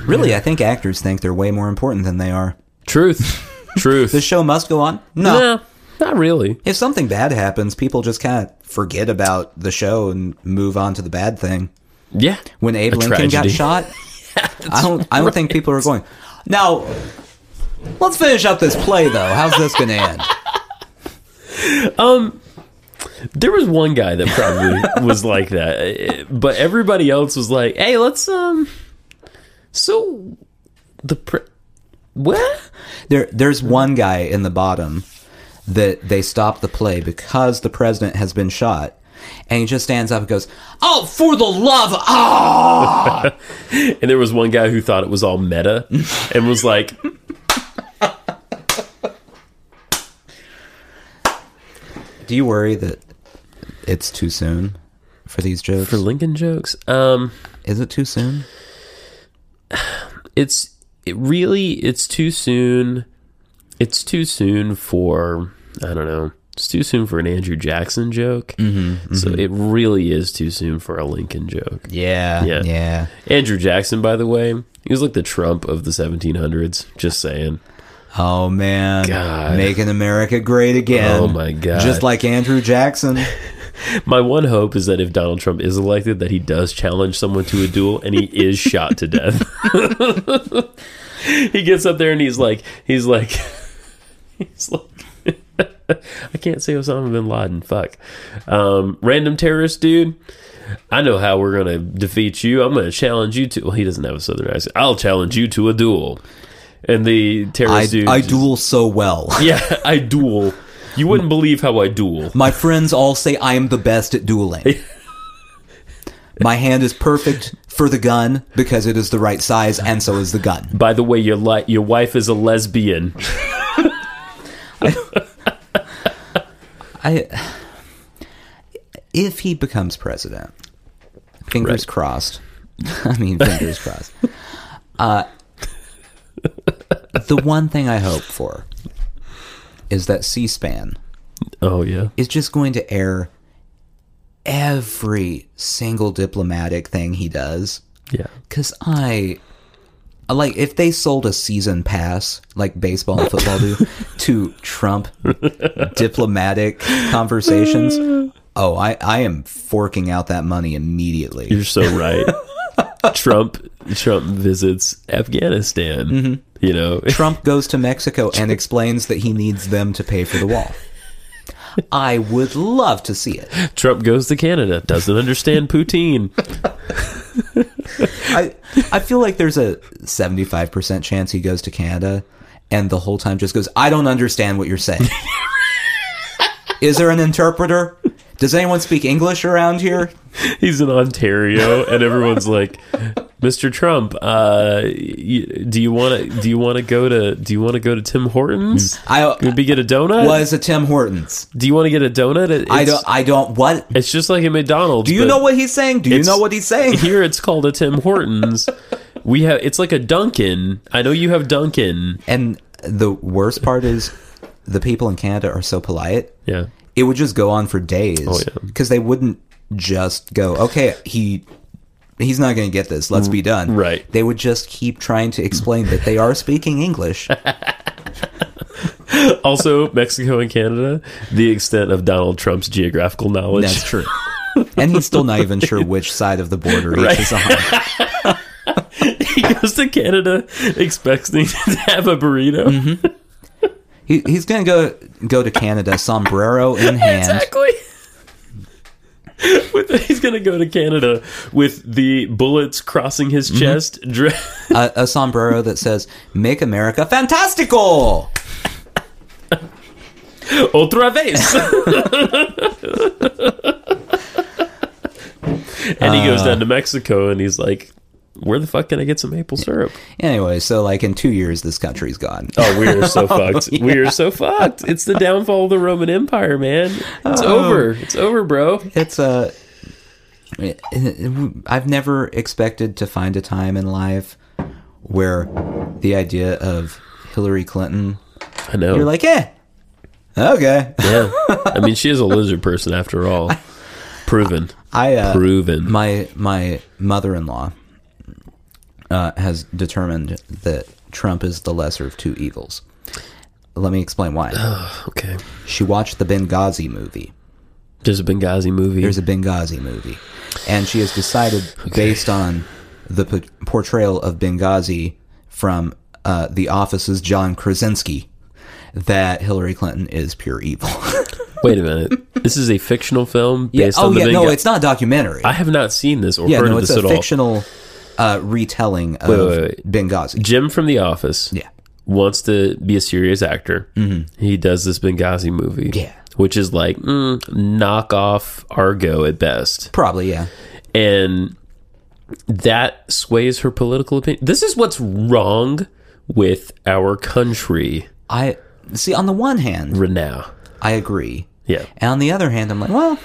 Speaker 2: Really, I think actors think they're way more important than they are.
Speaker 4: Truth. Truth.
Speaker 2: The show must go on. No.
Speaker 4: no, not really.
Speaker 2: If something bad happens, people just kind of forget about the show and move on to the bad thing.
Speaker 4: Yeah.
Speaker 2: When Abe
Speaker 4: A
Speaker 2: Lincoln
Speaker 4: tragedy.
Speaker 2: got shot, I don't. I don't think people are going. Now, let's finish up this play, though. How's this going to end?
Speaker 4: There was one guy that probably was like that, uh, but everybody else was like, "Hey, let's um." So, the pre- what?
Speaker 2: There, there's
Speaker 4: Mm-hmm.
Speaker 2: one guy in the bottom that they stop the play because the president has been shot, and he just stands up and goes, "Oh, for the love! of-" Ah!"
Speaker 4: And there was one guy who thought it was all meta and was like,
Speaker 2: Do you worry that it's too soon for these jokes?
Speaker 4: "For Lincoln jokes." Um,
Speaker 2: Is it too soon?
Speaker 4: it's it really it's too soon. It's too soon for I don't know. It's too soon for an Andrew Jackson joke. So it really is too soon for a Lincoln joke.
Speaker 2: Yeah,
Speaker 4: Yeah.
Speaker 2: yeah.
Speaker 4: Andrew Jackson, by the way, he was like the Trump of the 1700s. Just saying.
Speaker 2: Oh man,
Speaker 4: God.
Speaker 2: making America great again.
Speaker 4: Oh, my God.
Speaker 2: Just like Andrew Jackson.
Speaker 4: My one hope is that if Donald Trump is elected, that he does challenge someone to a duel and he is shot to death. he gets up there and he's like, he's like, he's like, I can't say Osama bin Laden. Fuck, um, random terrorist dude. I know how we're gonna defeat you. I'm gonna challenge you to. Well, he doesn't have a southern accent. I'll challenge you to a duel. And the
Speaker 2: I,
Speaker 4: terrorist dude,
Speaker 2: I
Speaker 4: just-
Speaker 2: duel so well.
Speaker 4: Yeah, I duel. You wouldn't believe how I duel.
Speaker 2: My friends all say I am the best at dueling. My hand is perfect for the gun because it is the right size, and so is the gun.
Speaker 4: By the way, your li- your wife is a lesbian.
Speaker 2: I, if he becomes president, fingers
Speaker 4: Right.
Speaker 2: crossed. I mean, fingers crossed. Uh, the one thing I hope for is that C-SPAN
Speaker 4: Oh yeah.
Speaker 2: is just going to air every single diplomatic thing he does.
Speaker 4: Yeah.
Speaker 2: Cause I, I like if they sold a season pass like baseball and football do to Trump diplomatic conversations. Oh, I I am forking out that money immediately.
Speaker 4: You're so right. Trump Trump visits Afghanistan.
Speaker 2: Mm-hmm.
Speaker 4: You know.
Speaker 2: Trump goes to Mexico and explains that he needs them to pay for the wall. I would love to see it.
Speaker 4: Trump goes to Canada, doesn't understand poutine.
Speaker 2: I I feel like there's a 75% chance he goes to Canada and the whole time just goes, "I don't understand what you're saying." Is there an interpreter? Does anyone speak English around here?
Speaker 4: He's in Ontario and everyone's like, "Mr. Trump, uh, y do you want to do you want to go to do you want to go to Tim Hortons?
Speaker 2: I
Speaker 4: Maybe get a donut?
Speaker 2: Mm. was a Tim Hortons.
Speaker 4: Do you want to get a donut? It- It's,
Speaker 2: I don't I don't what?
Speaker 4: it's just like a McDonald's.
Speaker 2: Do you
Speaker 4: but-
Speaker 2: know what he's saying? Do you
Speaker 4: it's-
Speaker 2: know what he's saying?
Speaker 4: here it's called a Tim Hortons. We have it's like a Dunkin'. I know you have Dunkin'.
Speaker 2: And the worst part is the people in Canada are so polite.
Speaker 4: Yeah.
Speaker 2: It would just go on for days
Speaker 4: Oh, yeah.
Speaker 2: because they wouldn't just go, "Okay, he he's not going to get this. Let's be done."
Speaker 4: Mm, right.
Speaker 2: They would just keep trying to explain that they are speaking English.
Speaker 4: Also, Mexico and Canada, the extent of Donald Trump's geographical knowledge.
Speaker 2: That's true. And he's still not even sure which side of the border
Speaker 4: Right.
Speaker 2: each is on.
Speaker 4: he goes to Canada expecting to have a burrito.
Speaker 2: He, he's going to go go to Canada, sombrero in hand.
Speaker 4: With, he's gonna go to Canada with the bullets crossing his chest. Dre-
Speaker 2: a, a sombrero that says "Make America Fantastical."
Speaker 4: Otra vez. and he goes down to Mexico and he's like, where the fuck can I get some maple syrup?
Speaker 2: Anyway, so like in two years, this country's gone.
Speaker 4: Oh, we are so fucked. We are so fucked. It's the downfall of the Roman Empire, man. It's over. It's over, bro.
Speaker 2: it's a i've never expected to find a time in life where the idea of hillary clinton
Speaker 4: I know.
Speaker 2: you're like eh okay
Speaker 4: yeah. I mean, she is a lizard person after all. Proven.
Speaker 2: i uh,
Speaker 4: Proven.
Speaker 2: my my mother-in-law uh, has determined that trump is the lesser of two evils let me explain why
Speaker 4: okay.
Speaker 2: she watched the benghazi movie
Speaker 4: There's a Benghazi movie.
Speaker 2: there's a Benghazi movie, and she has decided based on the p- portrayal of Benghazi from uh, The Office's John Krasinski that Hillary Clinton is pure evil.
Speaker 4: Wait a minute. This is a fictional film based
Speaker 2: oh
Speaker 4: on the
Speaker 2: yeah,
Speaker 4: Benghazi.
Speaker 2: no, it's not a documentary.
Speaker 4: I have not seen this or
Speaker 2: yeah,
Speaker 4: heard
Speaker 2: no,
Speaker 4: of
Speaker 2: it's
Speaker 4: this
Speaker 2: a
Speaker 4: at all.
Speaker 2: fictional uh, retelling of
Speaker 4: wait, wait.
Speaker 2: Benghazi.
Speaker 4: Jim from The Office
Speaker 2: Yeah,
Speaker 4: wants to be a serious actor. Mm-hmm. He does this Benghazi movie,
Speaker 2: Yeah.
Speaker 4: which is like mm, knockoff Argo at best.
Speaker 2: probably yeah.
Speaker 4: and that sways her political opinion. This is what's wrong with our country
Speaker 2: I see. On the one hand,
Speaker 4: right now.
Speaker 2: I agree,
Speaker 4: Yeah.
Speaker 2: and on the other hand, I'm like, well,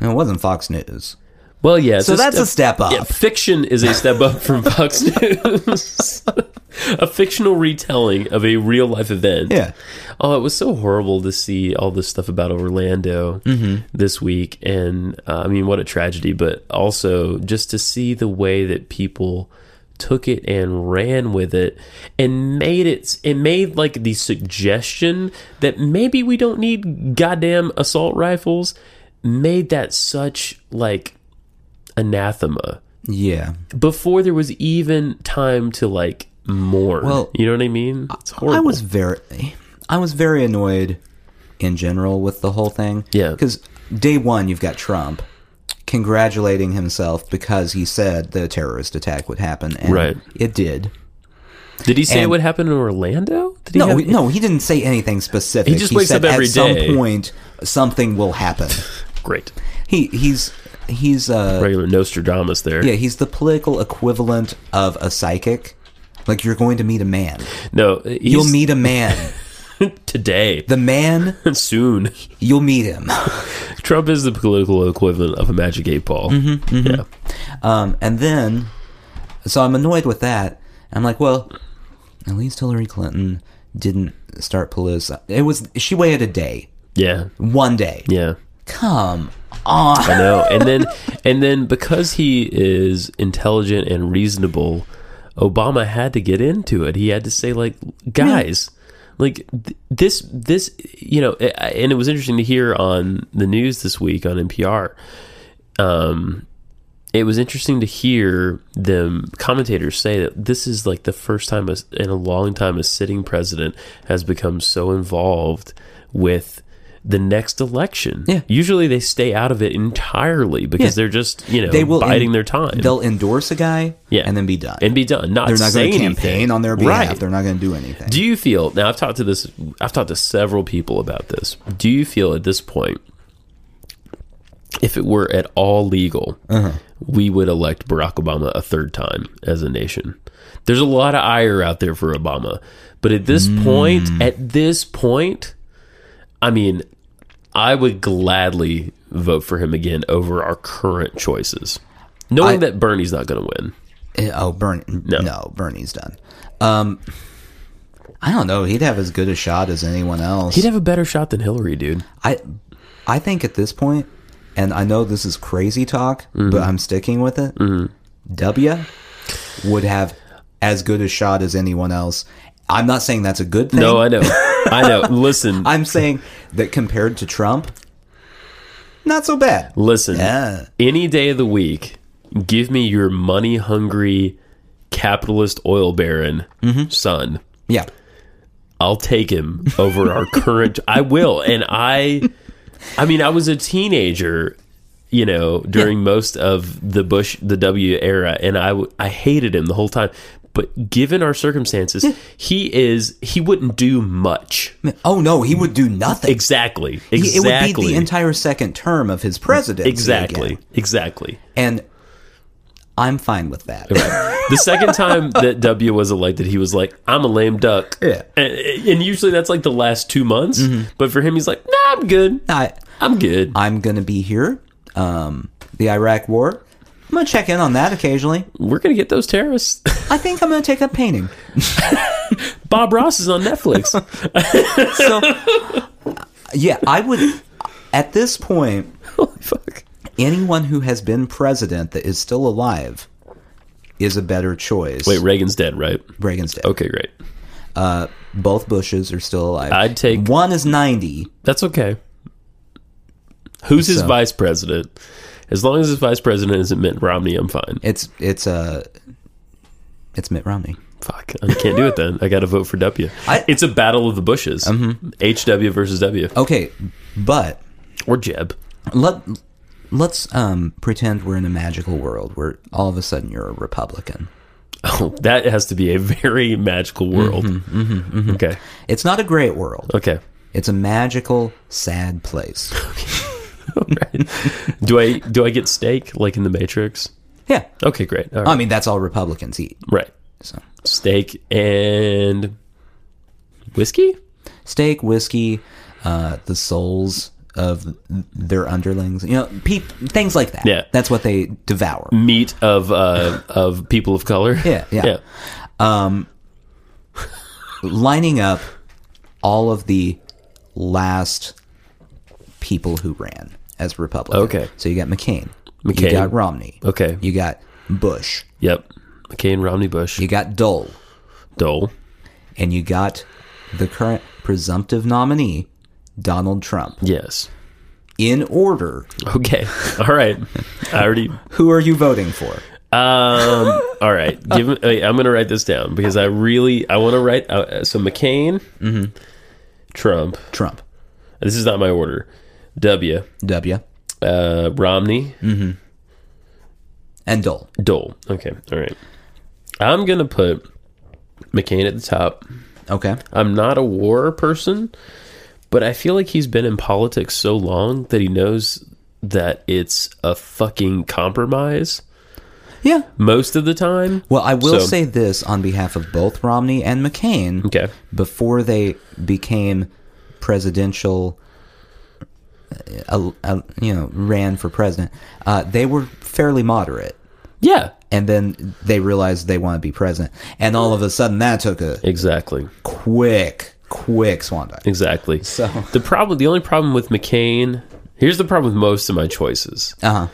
Speaker 2: it wasn't Fox News,
Speaker 4: Well, yeah. it's
Speaker 2: so that's a step up.
Speaker 4: yeah, fiction is a step up from Fox News. a fictional retelling of a real life event.
Speaker 2: yeah.
Speaker 4: Oh, it was so horrible to see all this stuff about Orlando
Speaker 2: Mm-hmm.
Speaker 4: this week. And uh, I mean, what a tragedy, but also just to see the way that people took it and ran with it and made it it made like the suggestion that maybe we don't need goddamn assault rifles made that such like anathema
Speaker 2: Yeah.
Speaker 4: before there was even time to like mourn.
Speaker 2: Well,
Speaker 4: you know what I mean? It's horrible.
Speaker 2: I was very, I was very annoyed in general with the whole thing.
Speaker 4: Yeah.
Speaker 2: because day one you've got Trump congratulating himself because he said the terrorist attack would happen, and
Speaker 4: Right.
Speaker 2: it did.
Speaker 4: Did he say
Speaker 2: and-
Speaker 4: what happened in Orlando? Did he
Speaker 2: No,
Speaker 4: have-
Speaker 2: he- no, he didn't say anything specific.
Speaker 4: He just wakes
Speaker 2: said
Speaker 4: up every
Speaker 2: at
Speaker 4: day."
Speaker 2: some point something will happen.
Speaker 4: great
Speaker 2: He he's he's uh
Speaker 4: regular Nostradamus there.
Speaker 2: yeah he's the political equivalent of a psychic. Like you're going to meet a man.
Speaker 4: No, he's
Speaker 2: You'll meet a man.
Speaker 4: today
Speaker 2: The man,
Speaker 4: soon.
Speaker 2: you'll meet him.
Speaker 4: Trump is the political equivalent of a magic eight ball.
Speaker 2: Mm-hmm.
Speaker 4: Yeah,
Speaker 2: Um, and then, so I'm annoyed with that. I'm like, well, at least Hillary Clinton didn't start politicizing. It was she waited a day,
Speaker 4: yeah,
Speaker 2: one day.
Speaker 4: yeah.
Speaker 2: Come on.
Speaker 4: I know. And then, and then because he is intelligent and reasonable, Obama had to get into it. He had to say, like, guys, like th- this, this, you know. I- I- And it was interesting to hear on the news this week on NPR. Um, it was interesting to hear them commentators say that this is like the first time a, in a long time a sitting president has become so involved with the next election.
Speaker 2: Yeah.
Speaker 4: Usually they stay out of it entirely because
Speaker 2: Yeah.
Speaker 4: they're just, you know,
Speaker 2: They will
Speaker 4: biding
Speaker 2: en-
Speaker 4: their time.
Speaker 2: They'll endorse a guy,
Speaker 4: Yeah.
Speaker 2: and then be done.
Speaker 4: and be done. Not
Speaker 2: They're not
Speaker 4: say
Speaker 2: going to
Speaker 4: anything.
Speaker 2: campaign on their behalf.
Speaker 4: Right.
Speaker 2: They're not going to do anything.
Speaker 4: Do you feel now? I've talked to this. I've talked to several people about this. Do you feel at this point, if it were at all legal, we would elect Barack Obama a third time as a nation? There's a lot of ire out there for Obama, but at this point, at this point, I mean, I would gladly vote for him again over our current choices, knowing
Speaker 2: I-
Speaker 4: that Bernie's not going to win.
Speaker 2: Eh, oh, Bernie. No. Bernie's done. Um, I don't know. He'd have as good a shot as anyone else.
Speaker 4: He'd have a better shot than Hillary, dude.
Speaker 2: I I think at this point, and I know this is crazy talk,
Speaker 4: Mm-hmm.
Speaker 2: but I'm sticking with it. W would have as good a shot as anyone else. I'm not saying that's a good thing.
Speaker 4: No, uh, I know. I know. Listen,
Speaker 2: I'm saying that compared to Trump, not so bad. Uh,
Speaker 4: Listen,
Speaker 2: Yeah.
Speaker 4: any day of the week, give me your money hungry capitalist oil baron
Speaker 2: Mm-hmm.
Speaker 4: son.
Speaker 2: Yeah.
Speaker 4: I'll take him over our current. I will, and I. I mean, I was a teenager, you know, during most of the Bush, the W era, and I, w- I hated him the whole time. But given our circumstances, he is he wouldn't do much.
Speaker 2: Oh no, he would do nothing.
Speaker 4: Exactly.
Speaker 2: He-
Speaker 4: Exactly.
Speaker 2: It would be the entire second term of his presidency.
Speaker 4: exactly.
Speaker 2: again.
Speaker 4: Exactly.
Speaker 2: And I'm fine with that.
Speaker 4: The second time that W was elected, he was like, "I'm a lame duck."
Speaker 2: Yeah.
Speaker 4: and, and usually that's like the last two months. But for him, he's like, "Nah, I'm good.
Speaker 2: I,
Speaker 4: I'm good."
Speaker 2: I'm going to be here. Um, the Iraq War. I'm going to check in on that occasionally.
Speaker 4: We're gonna get those terrorists.
Speaker 2: I think I'm going to take up painting.
Speaker 4: Bob Ross is on Netflix.
Speaker 2: So, yeah, I would, at this point,
Speaker 4: Holy fuck.
Speaker 2: anyone who has been president that is still alive is a better choice.
Speaker 4: Wait, Reagan's dead, right?
Speaker 2: Reagan's dead.
Speaker 4: Okay, great.
Speaker 2: Both Bushes are still alive.
Speaker 4: I'd take-
Speaker 2: One is 90.
Speaker 4: That's okay. Who's his
Speaker 2: So-
Speaker 4: vice president? As long as his vice president isn't Mitt Romney, I'm fine.
Speaker 2: It's, it's, uh, it's Mitt Romney.
Speaker 4: Fuck, I can't do it then. I got to vote for W.
Speaker 2: I- Oh.
Speaker 4: it's a battle of the bushes. HW versus W
Speaker 2: Okay, but
Speaker 4: or Jeb.
Speaker 2: let let's um, pretend we're in a magical world where all of a sudden you're a Republican.
Speaker 4: Oh, that has to be a very magical world.
Speaker 2: Mm-hmm,
Speaker 4: Okay.
Speaker 2: It's not a great world.
Speaker 4: Okay.
Speaker 2: It's a magical, sad place.
Speaker 4: Do I do I get steak like in the Matrix?
Speaker 2: Yeah,
Speaker 4: Okay, great. All right.
Speaker 2: I mean that's all Republicans eat.
Speaker 4: right.
Speaker 2: So
Speaker 4: Steak and whiskey?
Speaker 2: steak, whiskey, uh, the souls of their underlings, you know, peop things like that.
Speaker 4: Yeah.
Speaker 2: that's what they devour.
Speaker 4: Meat of uh of people of color.
Speaker 2: Yeah, yeah. Lining up all of the last people who ran as Republicans.
Speaker 4: Okay.
Speaker 2: so you got McCain,
Speaker 4: McCain.
Speaker 2: you got Romney,
Speaker 4: Okay.
Speaker 2: you got Bush,
Speaker 4: Yep. McCain Romney Bush.
Speaker 2: you got Dole,
Speaker 4: Dole.
Speaker 2: and you got the current presumptive nominee, Donald Trump.
Speaker 4: Yes.
Speaker 2: in order.
Speaker 4: Okay. All right. I already.
Speaker 2: Who are you voting for?
Speaker 4: Um. All right. Give. me- wait, I'm gonna write this down because I really I want to write. Uh, so McCain,
Speaker 2: Mm-hmm.
Speaker 4: Trump.
Speaker 2: Trump.
Speaker 4: This is not my order. W.
Speaker 2: W.
Speaker 4: Uh, Romney,
Speaker 2: Mm. And Dole.
Speaker 4: Dole. Okay. All right. I'm gonna put McCain at the top.
Speaker 2: Okay.
Speaker 4: I'm not a war person, but I feel like he's been in politics so long that he knows that it's a fucking compromise
Speaker 2: Yeah.
Speaker 4: most of the time.
Speaker 2: Well, I will
Speaker 4: So-
Speaker 2: say this on behalf of both Romney and McCain.
Speaker 4: Okay.
Speaker 2: Before they became presidential, uh, uh, you know, ran for president, uh, they were fairly moderate.
Speaker 4: Yeah.
Speaker 2: And then they realized they want to be president. And all of a sudden, that took a
Speaker 4: Exactly.
Speaker 2: quick, quick swan dive.
Speaker 4: Exactly.
Speaker 2: So-
Speaker 4: the problem, the only problem with McCain, here's the problem with most of my choices.
Speaker 2: Uh huh.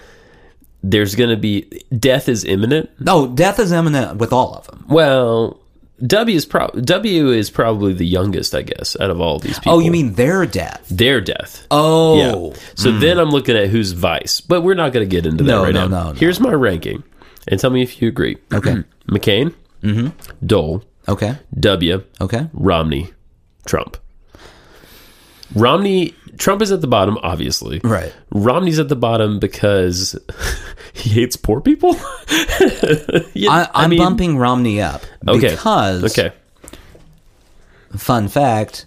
Speaker 4: There's going to be death is imminent.
Speaker 2: No, death is imminent with all of them.
Speaker 4: Well, W is pro- W is probably the youngest, I guess, out of all these people.
Speaker 2: Oh, you mean their death?
Speaker 4: their death? Yeah.
Speaker 2: Oh,
Speaker 4: So then I'm looking at who's vice, but we're not going to get into that
Speaker 2: No,
Speaker 4: right
Speaker 2: no,
Speaker 4: now.
Speaker 2: no, no.
Speaker 4: Here's my ranking, and tell me if you agree.
Speaker 2: Okay.
Speaker 4: McCain, mm-hmm. Dole,
Speaker 2: okay,
Speaker 4: W,
Speaker 2: okay.
Speaker 4: Romney, Trump. Romney, Trump is at the bottom, obviously.
Speaker 2: Right.
Speaker 4: Romney's at the bottom because he hates poor people. Yeah,
Speaker 2: I, I'm
Speaker 4: mean-
Speaker 2: bumping Romney up
Speaker 4: Okay.
Speaker 2: because
Speaker 4: Okay.
Speaker 2: Fun fact: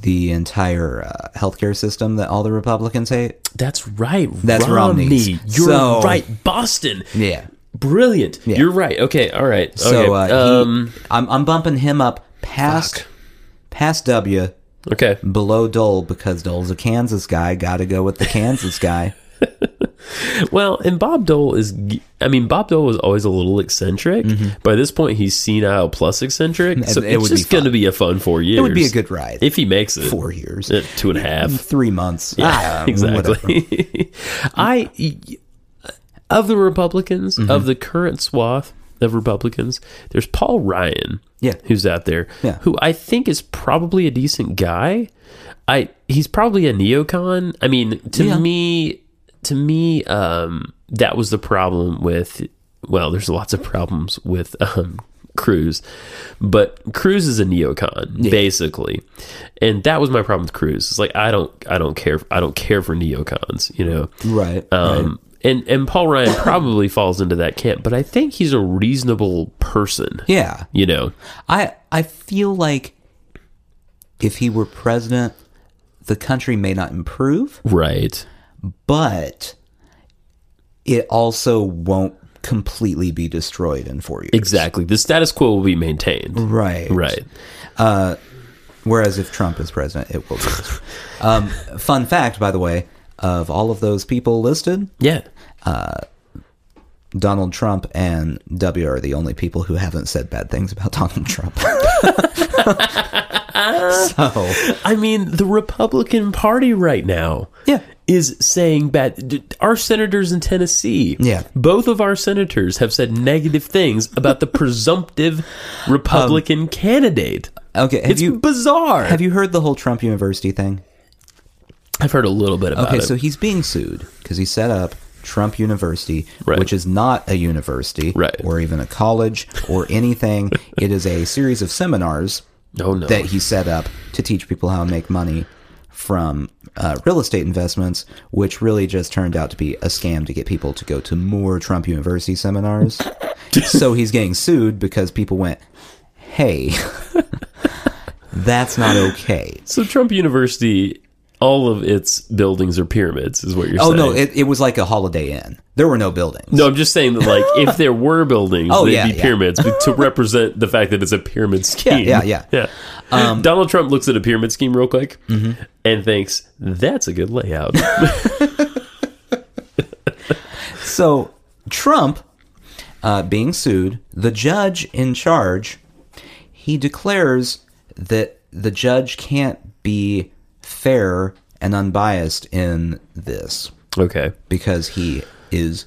Speaker 2: the entire uh, healthcare system that all the Republicans hate.
Speaker 4: That's right.
Speaker 2: That's
Speaker 4: Romney.
Speaker 2: Romney's.
Speaker 4: You're
Speaker 2: So-
Speaker 4: right. Boston.
Speaker 2: Yeah.
Speaker 4: Brilliant.
Speaker 2: Yeah.
Speaker 4: You're right. Okay. All right.
Speaker 2: So
Speaker 4: okay.
Speaker 2: uh, he-
Speaker 4: um,
Speaker 2: I'm I'm bumping him up past past W
Speaker 4: okay.
Speaker 2: below Dole because Dole's a Kansas guy. Got to go with the Kansas guy.
Speaker 4: Well, and Bob Dole is, g- I mean, Bob Dole was always a little eccentric. By this point, he's senile plus eccentric. So
Speaker 2: Mm-hmm. it
Speaker 4: it's
Speaker 2: would be
Speaker 4: just going to be a fun four years.
Speaker 2: It would be a good ride.
Speaker 4: If he makes it.
Speaker 2: Four years,
Speaker 4: Uh, two and a half.
Speaker 2: three months. Ah, whatever. Mm-hmm.
Speaker 4: exactly. I, of the Republicans, of the current swath of Republicans, there's Paul Ryan.
Speaker 2: Yeah.
Speaker 4: Who's out there.
Speaker 2: Yeah.
Speaker 4: Who I think is probably a decent guy. I he's probably a neocon. I mean, to
Speaker 2: Yeah.
Speaker 4: me to me, um, that was the problem with well, there's lots of problems with um Cruz. But Cruz is a neocon, basically. And that was my problem with Cruz. It's like I don't I don't care I don't care for neocons, you know.
Speaker 2: Right.
Speaker 4: Um, and and Paul Ryan probably falls into that camp, but I think he's a reasonable person.
Speaker 2: yeah.
Speaker 4: You know,
Speaker 2: I I feel like if he were president, the country may not improve,
Speaker 4: right?
Speaker 2: but it also won't completely be destroyed in four years.
Speaker 4: Exactly. The status quo will be maintained.
Speaker 2: Right.
Speaker 4: Right.
Speaker 2: Whereas if Trump is president, it will be. destroyed. um, fun fact, by the way, of all of those people listed,
Speaker 4: Yeah.
Speaker 2: Donald Trump and W are the only people who haven't said bad things about Donald Trump. so
Speaker 4: I mean, the Republican Party right now.
Speaker 2: Yeah.
Speaker 4: Is saying bad. d- Our senators in Tennessee,
Speaker 2: Yeah.
Speaker 4: both of our senators have said negative things about the presumptive Republican candidate.
Speaker 2: okay, Um, have
Speaker 4: It's
Speaker 2: you
Speaker 4: bizarre.
Speaker 2: have you heard the whole Trump University thing?
Speaker 4: I've heard a little bit about
Speaker 2: Okay,
Speaker 4: it.
Speaker 2: so he's being sued because he set up Trump University,
Speaker 4: Right.
Speaker 2: which is not a university
Speaker 4: Right.
Speaker 2: or even a college or anything. it is a series of seminars
Speaker 4: oh no,
Speaker 2: that he set up to teach people how to make money from uh, real estate investments, which really just turned out to be a scam to get people to go to more Trump University seminars. so he's getting sued because people went, hey, that's not okay.
Speaker 4: So Trump University, all of its buildings are pyramids, is what you're
Speaker 2: Oh
Speaker 4: saying.
Speaker 2: no! It, it was like a Holiday Inn. There were no buildings.
Speaker 4: no, I'm just saying that like if there were buildings,
Speaker 2: Oh,
Speaker 4: they'd
Speaker 2: yeah,
Speaker 4: be
Speaker 2: yeah.
Speaker 4: pyramids but to represent the fact that it's a pyramid scheme.
Speaker 2: yeah, yeah. Um,
Speaker 4: Donald Trump looks at a pyramid scheme real quick
Speaker 2: Mm-hmm.
Speaker 4: and thinks that's a good layout.
Speaker 2: So Trump, uh, being sued, the judge in charge, he declares that the judge can't be fair and unbiased in this
Speaker 4: okay.
Speaker 2: because he is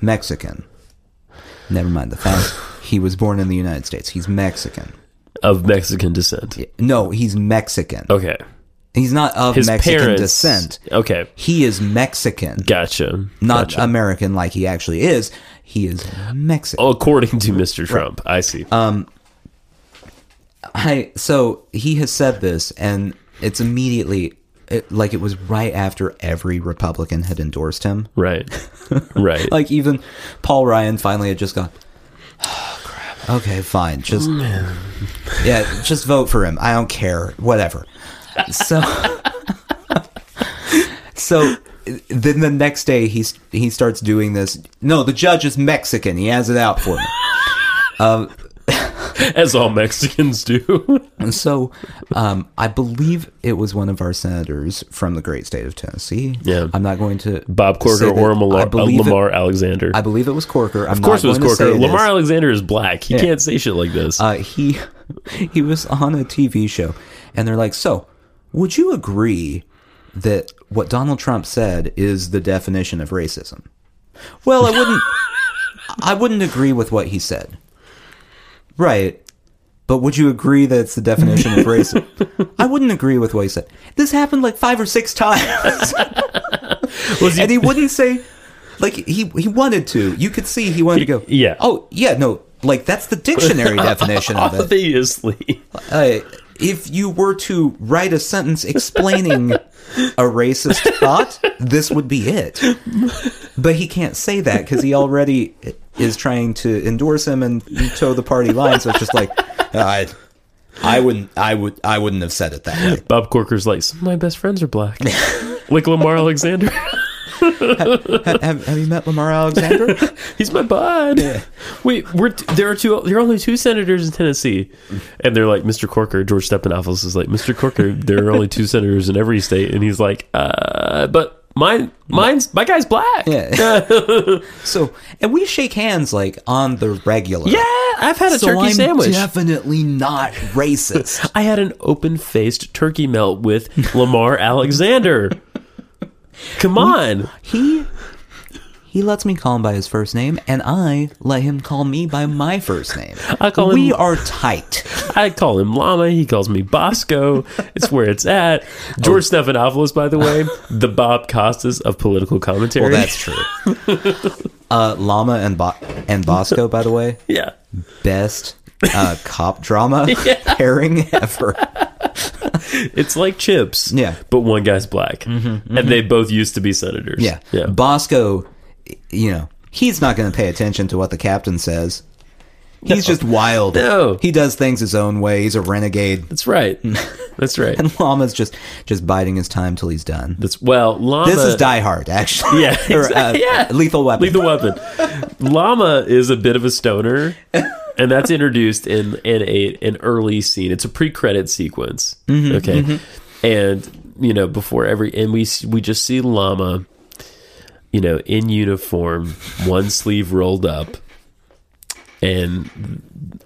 Speaker 2: Mexican. Never mind the fact he was born in the United States. He's Mexican.
Speaker 4: Of Mexican descent.
Speaker 2: No, he's Mexican.
Speaker 4: Okay.
Speaker 2: He's not of
Speaker 4: His
Speaker 2: Mexican
Speaker 4: parents.
Speaker 2: descent.
Speaker 4: Okay.
Speaker 2: He is Mexican,
Speaker 4: Gotcha.
Speaker 2: not
Speaker 4: Gotcha.
Speaker 2: American like he actually is. He is Mexican.
Speaker 4: according to Mr. Trump. I see.
Speaker 2: Um, I so he has said this, and it's immediately it, like it was right after every Republican had endorsed him.
Speaker 4: right. Right.
Speaker 2: Like even Paul Ryan finally had just gone. Oh, crap. Okay, fine. Just yeah, just vote for him. I don't care. Whatever. So so then the next day he he starts doing this. No, the judge is Mexican. He has it out for me.
Speaker 4: as all Mexicans do.
Speaker 2: And so, um, I believe it was one of our senators from the great state of Tennessee.
Speaker 4: Yeah.
Speaker 2: I'm not going to
Speaker 4: Bob
Speaker 2: say
Speaker 4: Corker
Speaker 2: that-
Speaker 4: or Malar-
Speaker 2: I
Speaker 4: uh,
Speaker 2: believe
Speaker 4: Lamar
Speaker 2: It,
Speaker 4: Alexander.
Speaker 2: I believe it was Corker. I'm
Speaker 4: of course, it was Corker. Lamar
Speaker 2: Lamar.
Speaker 4: Alexander is black. He can't say shit like this.
Speaker 2: Uh, he he was on a TV show, and they're like, "So, would you agree that what Donald Trump said is the definition of racism?" Well, I wouldn't. I wouldn't agree with what he said. Right. But would you agree that it's the definition of racism? I wouldn't agree with what he said. This happened like five or six times. and he wouldn't say like he he wanted to. You could see he wanted to go.
Speaker 4: Yeah.
Speaker 2: Oh, yeah, no. Like that's the dictionary definition of it.
Speaker 4: Obviously.
Speaker 2: Uh, if you were to write a sentence explaining a racist thought, this would be it. But he can't say that because he already is trying to endorse him and toe the party line. So it's just like, uh, I, I wouldn't, I would, I wouldn't have said it that way.
Speaker 4: Bob Corker's like, some of my best friends are black. like Lamar Alexander.
Speaker 2: Have, have, have you met Lamar Alexander?
Speaker 4: He's my bud. Wait, we're t- there are two. There are only two senators in Tennessee, and they're like Mr. Corker. George Stephanopoulos is like Mr. Corker. There are only two senators in every state, and he's like, uh, but mine, mine's my guy's black.
Speaker 2: Yeah. so, and we shake hands like on the regular.
Speaker 4: Yeah, I've had a
Speaker 2: So
Speaker 4: turkey
Speaker 2: I'm
Speaker 4: sandwich.
Speaker 2: definitely not racist.
Speaker 4: I had an open faced turkey melt with Lamar Alexander. Come on.
Speaker 2: he he lets me call him by his first name and i let him call me by my first name
Speaker 4: I call
Speaker 2: we
Speaker 4: him-
Speaker 2: are tight
Speaker 4: I call him Llama. He calls me Bosco. it's where it's at. George Stephanopoulos, by the way, the Bob Costas of political commentary.
Speaker 2: well that's true uh llama and Bo- and bosco by the way
Speaker 4: yeah.
Speaker 2: best uh cop drama pairing ever
Speaker 4: It's like chips.
Speaker 2: Yeah. Mm-hmm,
Speaker 4: But one guy's black. And they both used to be senators.
Speaker 2: yeah.
Speaker 4: Yeah.
Speaker 2: bosco you know he's not going to pay attention to what the captain says he's just wild
Speaker 4: No.
Speaker 2: he does things his own way he's a renegade
Speaker 4: that's right. That's right.
Speaker 2: llama's just just biding his time till he's done
Speaker 4: That's well, Llama
Speaker 2: This is Die Hard, actually.
Speaker 4: Yeah,
Speaker 2: or, uh,
Speaker 4: exactly, yeah.
Speaker 2: Lethal Weapon.
Speaker 4: Lethal Weapon. Llama is a bit of a stoner, and that's introduced in in a an early scene. It's a pre credit sequence. okay, and you know before every and we s- we just see Llama, you know, in uniform, one sleeve rolled up, and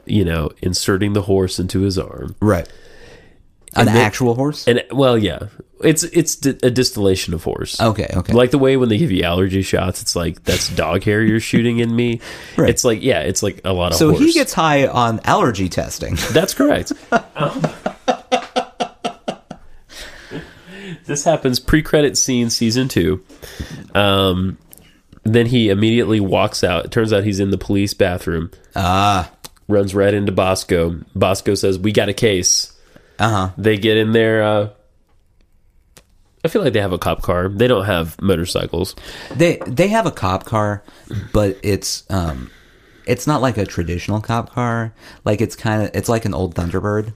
Speaker 4: you know inserting the horse into his arm.
Speaker 2: Right. An
Speaker 4: then-
Speaker 2: actual horse?
Speaker 4: And well, yeah, it's it's di- a distillation of horse.
Speaker 2: okay, okay.
Speaker 4: Like the way when they give you allergy shots, it's like that's dog hair you're shooting in me.
Speaker 2: Right.
Speaker 4: It's like yeah, it's like a lot of.
Speaker 2: so he
Speaker 4: horse.
Speaker 2: gets high on allergy testing.
Speaker 4: that's correct. Um, this happens pre-credit scene season two. Um, then he immediately walks out. It turns out he's in the police bathroom. Ah. Runs right into Bosco. Bosco says, "We got a case."
Speaker 2: Uh-huh.
Speaker 4: Uh huh. They get in there. Uh, I feel like they have a cop car. They don't have motorcycles.
Speaker 2: they they have a cop car, but it's um it's not like a traditional cop car. Like it's kind of it's like an old Thunderbird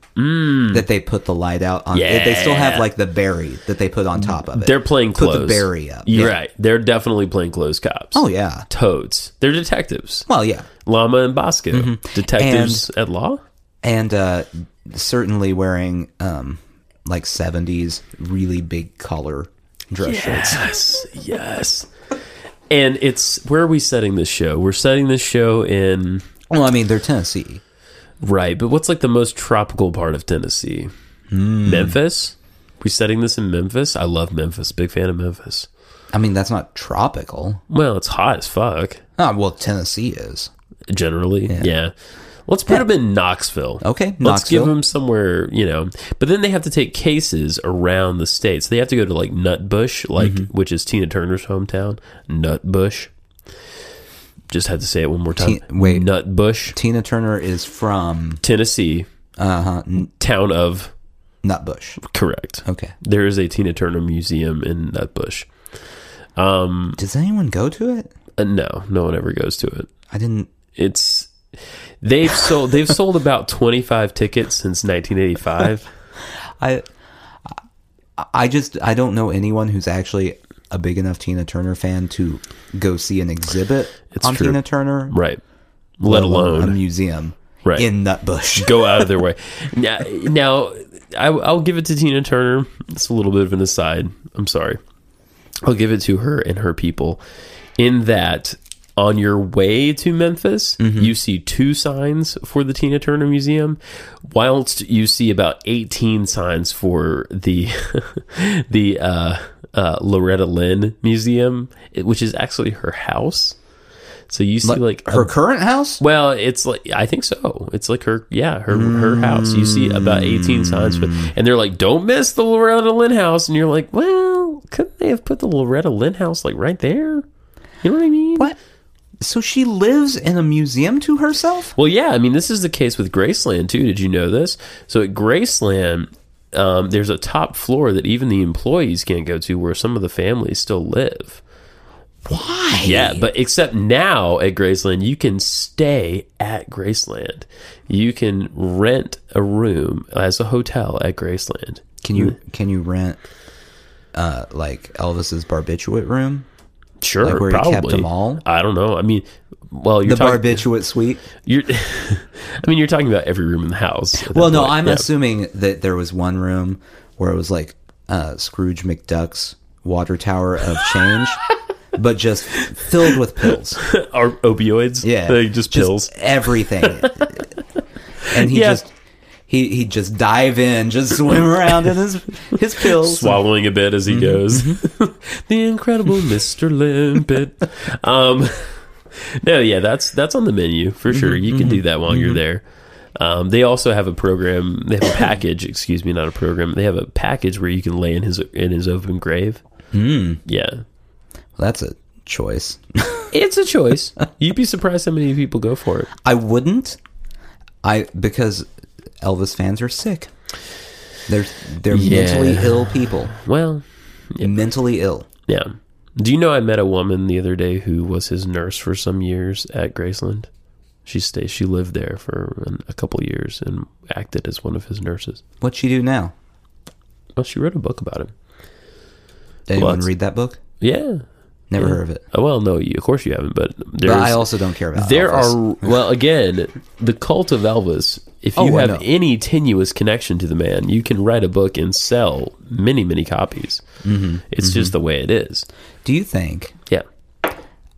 Speaker 2: that they put the light out on.
Speaker 4: Mm. Yeah.
Speaker 2: They still have like the berry that they put on top of it.
Speaker 4: They're playing
Speaker 2: Put
Speaker 4: clothes.
Speaker 2: the berry up.
Speaker 4: You're
Speaker 2: Yeah.
Speaker 4: right. They're definitely playing clothes cops.
Speaker 2: Oh yeah.
Speaker 4: Toads. They're detectives.
Speaker 2: Well yeah.
Speaker 4: Llama and Bosco. Detectives at law?
Speaker 2: and uh, certainly wearing um, like 70s really big collar dress shirts
Speaker 4: Yes. Yes. And it's where are we setting this show? We're setting this show in
Speaker 2: well i mean they're tennessee
Speaker 4: right, but what's like the most tropical part of Tennessee? Memphis? We setting this in Memphis? I love Memphis. Big fan of Memphis.
Speaker 2: i mean that's not tropical
Speaker 4: Well, it's hot as fuck.
Speaker 2: ah well tennessee is
Speaker 4: generally. Yeah. Let's put them in Knoxville.
Speaker 2: Okay,
Speaker 4: Let's give
Speaker 2: Knoxville.
Speaker 4: them somewhere, you know. But then they have to take cases around the state. So they have to go to like Nutbush, like
Speaker 2: Mm-hmm.
Speaker 4: which is Tina Turner's hometown. Nutbush. Just had to say it one more time.
Speaker 2: Ti- wait.
Speaker 4: Nutbush,
Speaker 2: Tina Turner is from
Speaker 4: Tennessee,
Speaker 2: uh, N-
Speaker 4: town of
Speaker 2: Nutbush.
Speaker 4: correct.
Speaker 2: Okay.
Speaker 4: There is a Tina Turner museum in Nutbush.
Speaker 2: Does anyone go to it?
Speaker 4: Uh, no, no one ever goes to it.
Speaker 2: I didn't.
Speaker 4: It's they've sold they've sold about twenty five tickets since nineteen eighty five.
Speaker 2: I. I- I just I don't know anyone who's actually a big enough Tina Turner fan to go see an exhibit
Speaker 4: It's
Speaker 2: on
Speaker 4: true.
Speaker 2: Tina Turner,
Speaker 4: Right. Let alone
Speaker 2: a museum
Speaker 4: Right.
Speaker 2: in Nutbush.
Speaker 4: go out of their way. Now, now I, I'll give it to Tina Turner. It's a little bit of an aside. I'm sorry. I'll give it to her and her people in that on your way to Memphis, you see two signs for the Tina Turner Museum, whilst you see about 18 signs for the the uh, uh, Loretta Lynn Museum, it- which is actually her house. So you see like a
Speaker 2: her current house?
Speaker 4: well, it's like I think so. It's like her, yeah, her her house. You see about eighteen signs, for, and they're like, "Don't miss the Loretta Lynn house," and you're like, "Well, couldn't they have put the Loretta Lynn house like right there?" You know what I mean?
Speaker 2: What? So she lives in a museum to herself?
Speaker 4: Well, yeah, I mean, this is the case with Graceland too. Did you know this? So at Graceland, um, there's a top floor that even the employees can't go to, where some of the families still live. Why? Yeah, but except now at Graceland, you can stay at Graceland. You can rent a room as a hotel at Graceland.
Speaker 2: Can you
Speaker 4: Hmm.
Speaker 2: can you rent uh like Elvis's barbiturate room?
Speaker 4: Sure,
Speaker 2: Like where he kept
Speaker 4: probably.
Speaker 2: them all?
Speaker 4: I don't know. I mean, well,
Speaker 2: The
Speaker 4: you're talking.
Speaker 2: barbiturate suite?
Speaker 4: you're, I mean, you're talking about every room in the house. at
Speaker 2: Well,
Speaker 4: that
Speaker 2: no,
Speaker 4: point.
Speaker 2: I'm
Speaker 4: Yeah.
Speaker 2: assuming that there was one room where it was like uh Scrooge McDuck's water tower of change, but just filled with pills.
Speaker 4: Or opioids.
Speaker 2: Yeah.
Speaker 4: Like, just pills.
Speaker 2: Everything. and he
Speaker 4: Yeah.
Speaker 2: just he he'd just dive in, just swim around in his his pills.
Speaker 4: swallowing a bit as he goes. the incredible Mr. Limpet. Um, no, yeah, that's that's on the menu for sure. You can do that while you're there. Um, they also have a program. They have a package. excuse me, not a program. They have a package where you can lay in his in his open grave. Mm. Yeah,
Speaker 2: That's a choice.
Speaker 4: it's a choice. You'd be surprised how many people go for it.
Speaker 2: I wouldn't. I because Elvis fans are sick. They're they're
Speaker 4: Yeah.
Speaker 2: mentally ill people.
Speaker 4: Well,
Speaker 2: Mentally ill.
Speaker 4: yeah. Do you know I met a woman the other day who was his nurse for some years at Graceland? She stayed. She lived there for an, a couple years and acted as one of his nurses.
Speaker 2: What'd she do now?
Speaker 4: Well, she wrote a book about him.
Speaker 2: Did anyone
Speaker 4: it's-
Speaker 2: read that book?
Speaker 4: Yeah.
Speaker 2: Never heard of it.
Speaker 4: Oh, well, no, you, of course you haven't, but there's
Speaker 2: But I also don't care about.
Speaker 4: there
Speaker 2: Elvis.
Speaker 4: are well again the cult of Elvis. If
Speaker 2: Oh,
Speaker 4: you
Speaker 2: I
Speaker 4: have
Speaker 2: know.
Speaker 4: any tenuous connection to the man, you can write a book and sell many many copies. Mm-hmm. It's just the way it is.
Speaker 2: Do you think
Speaker 4: Yeah.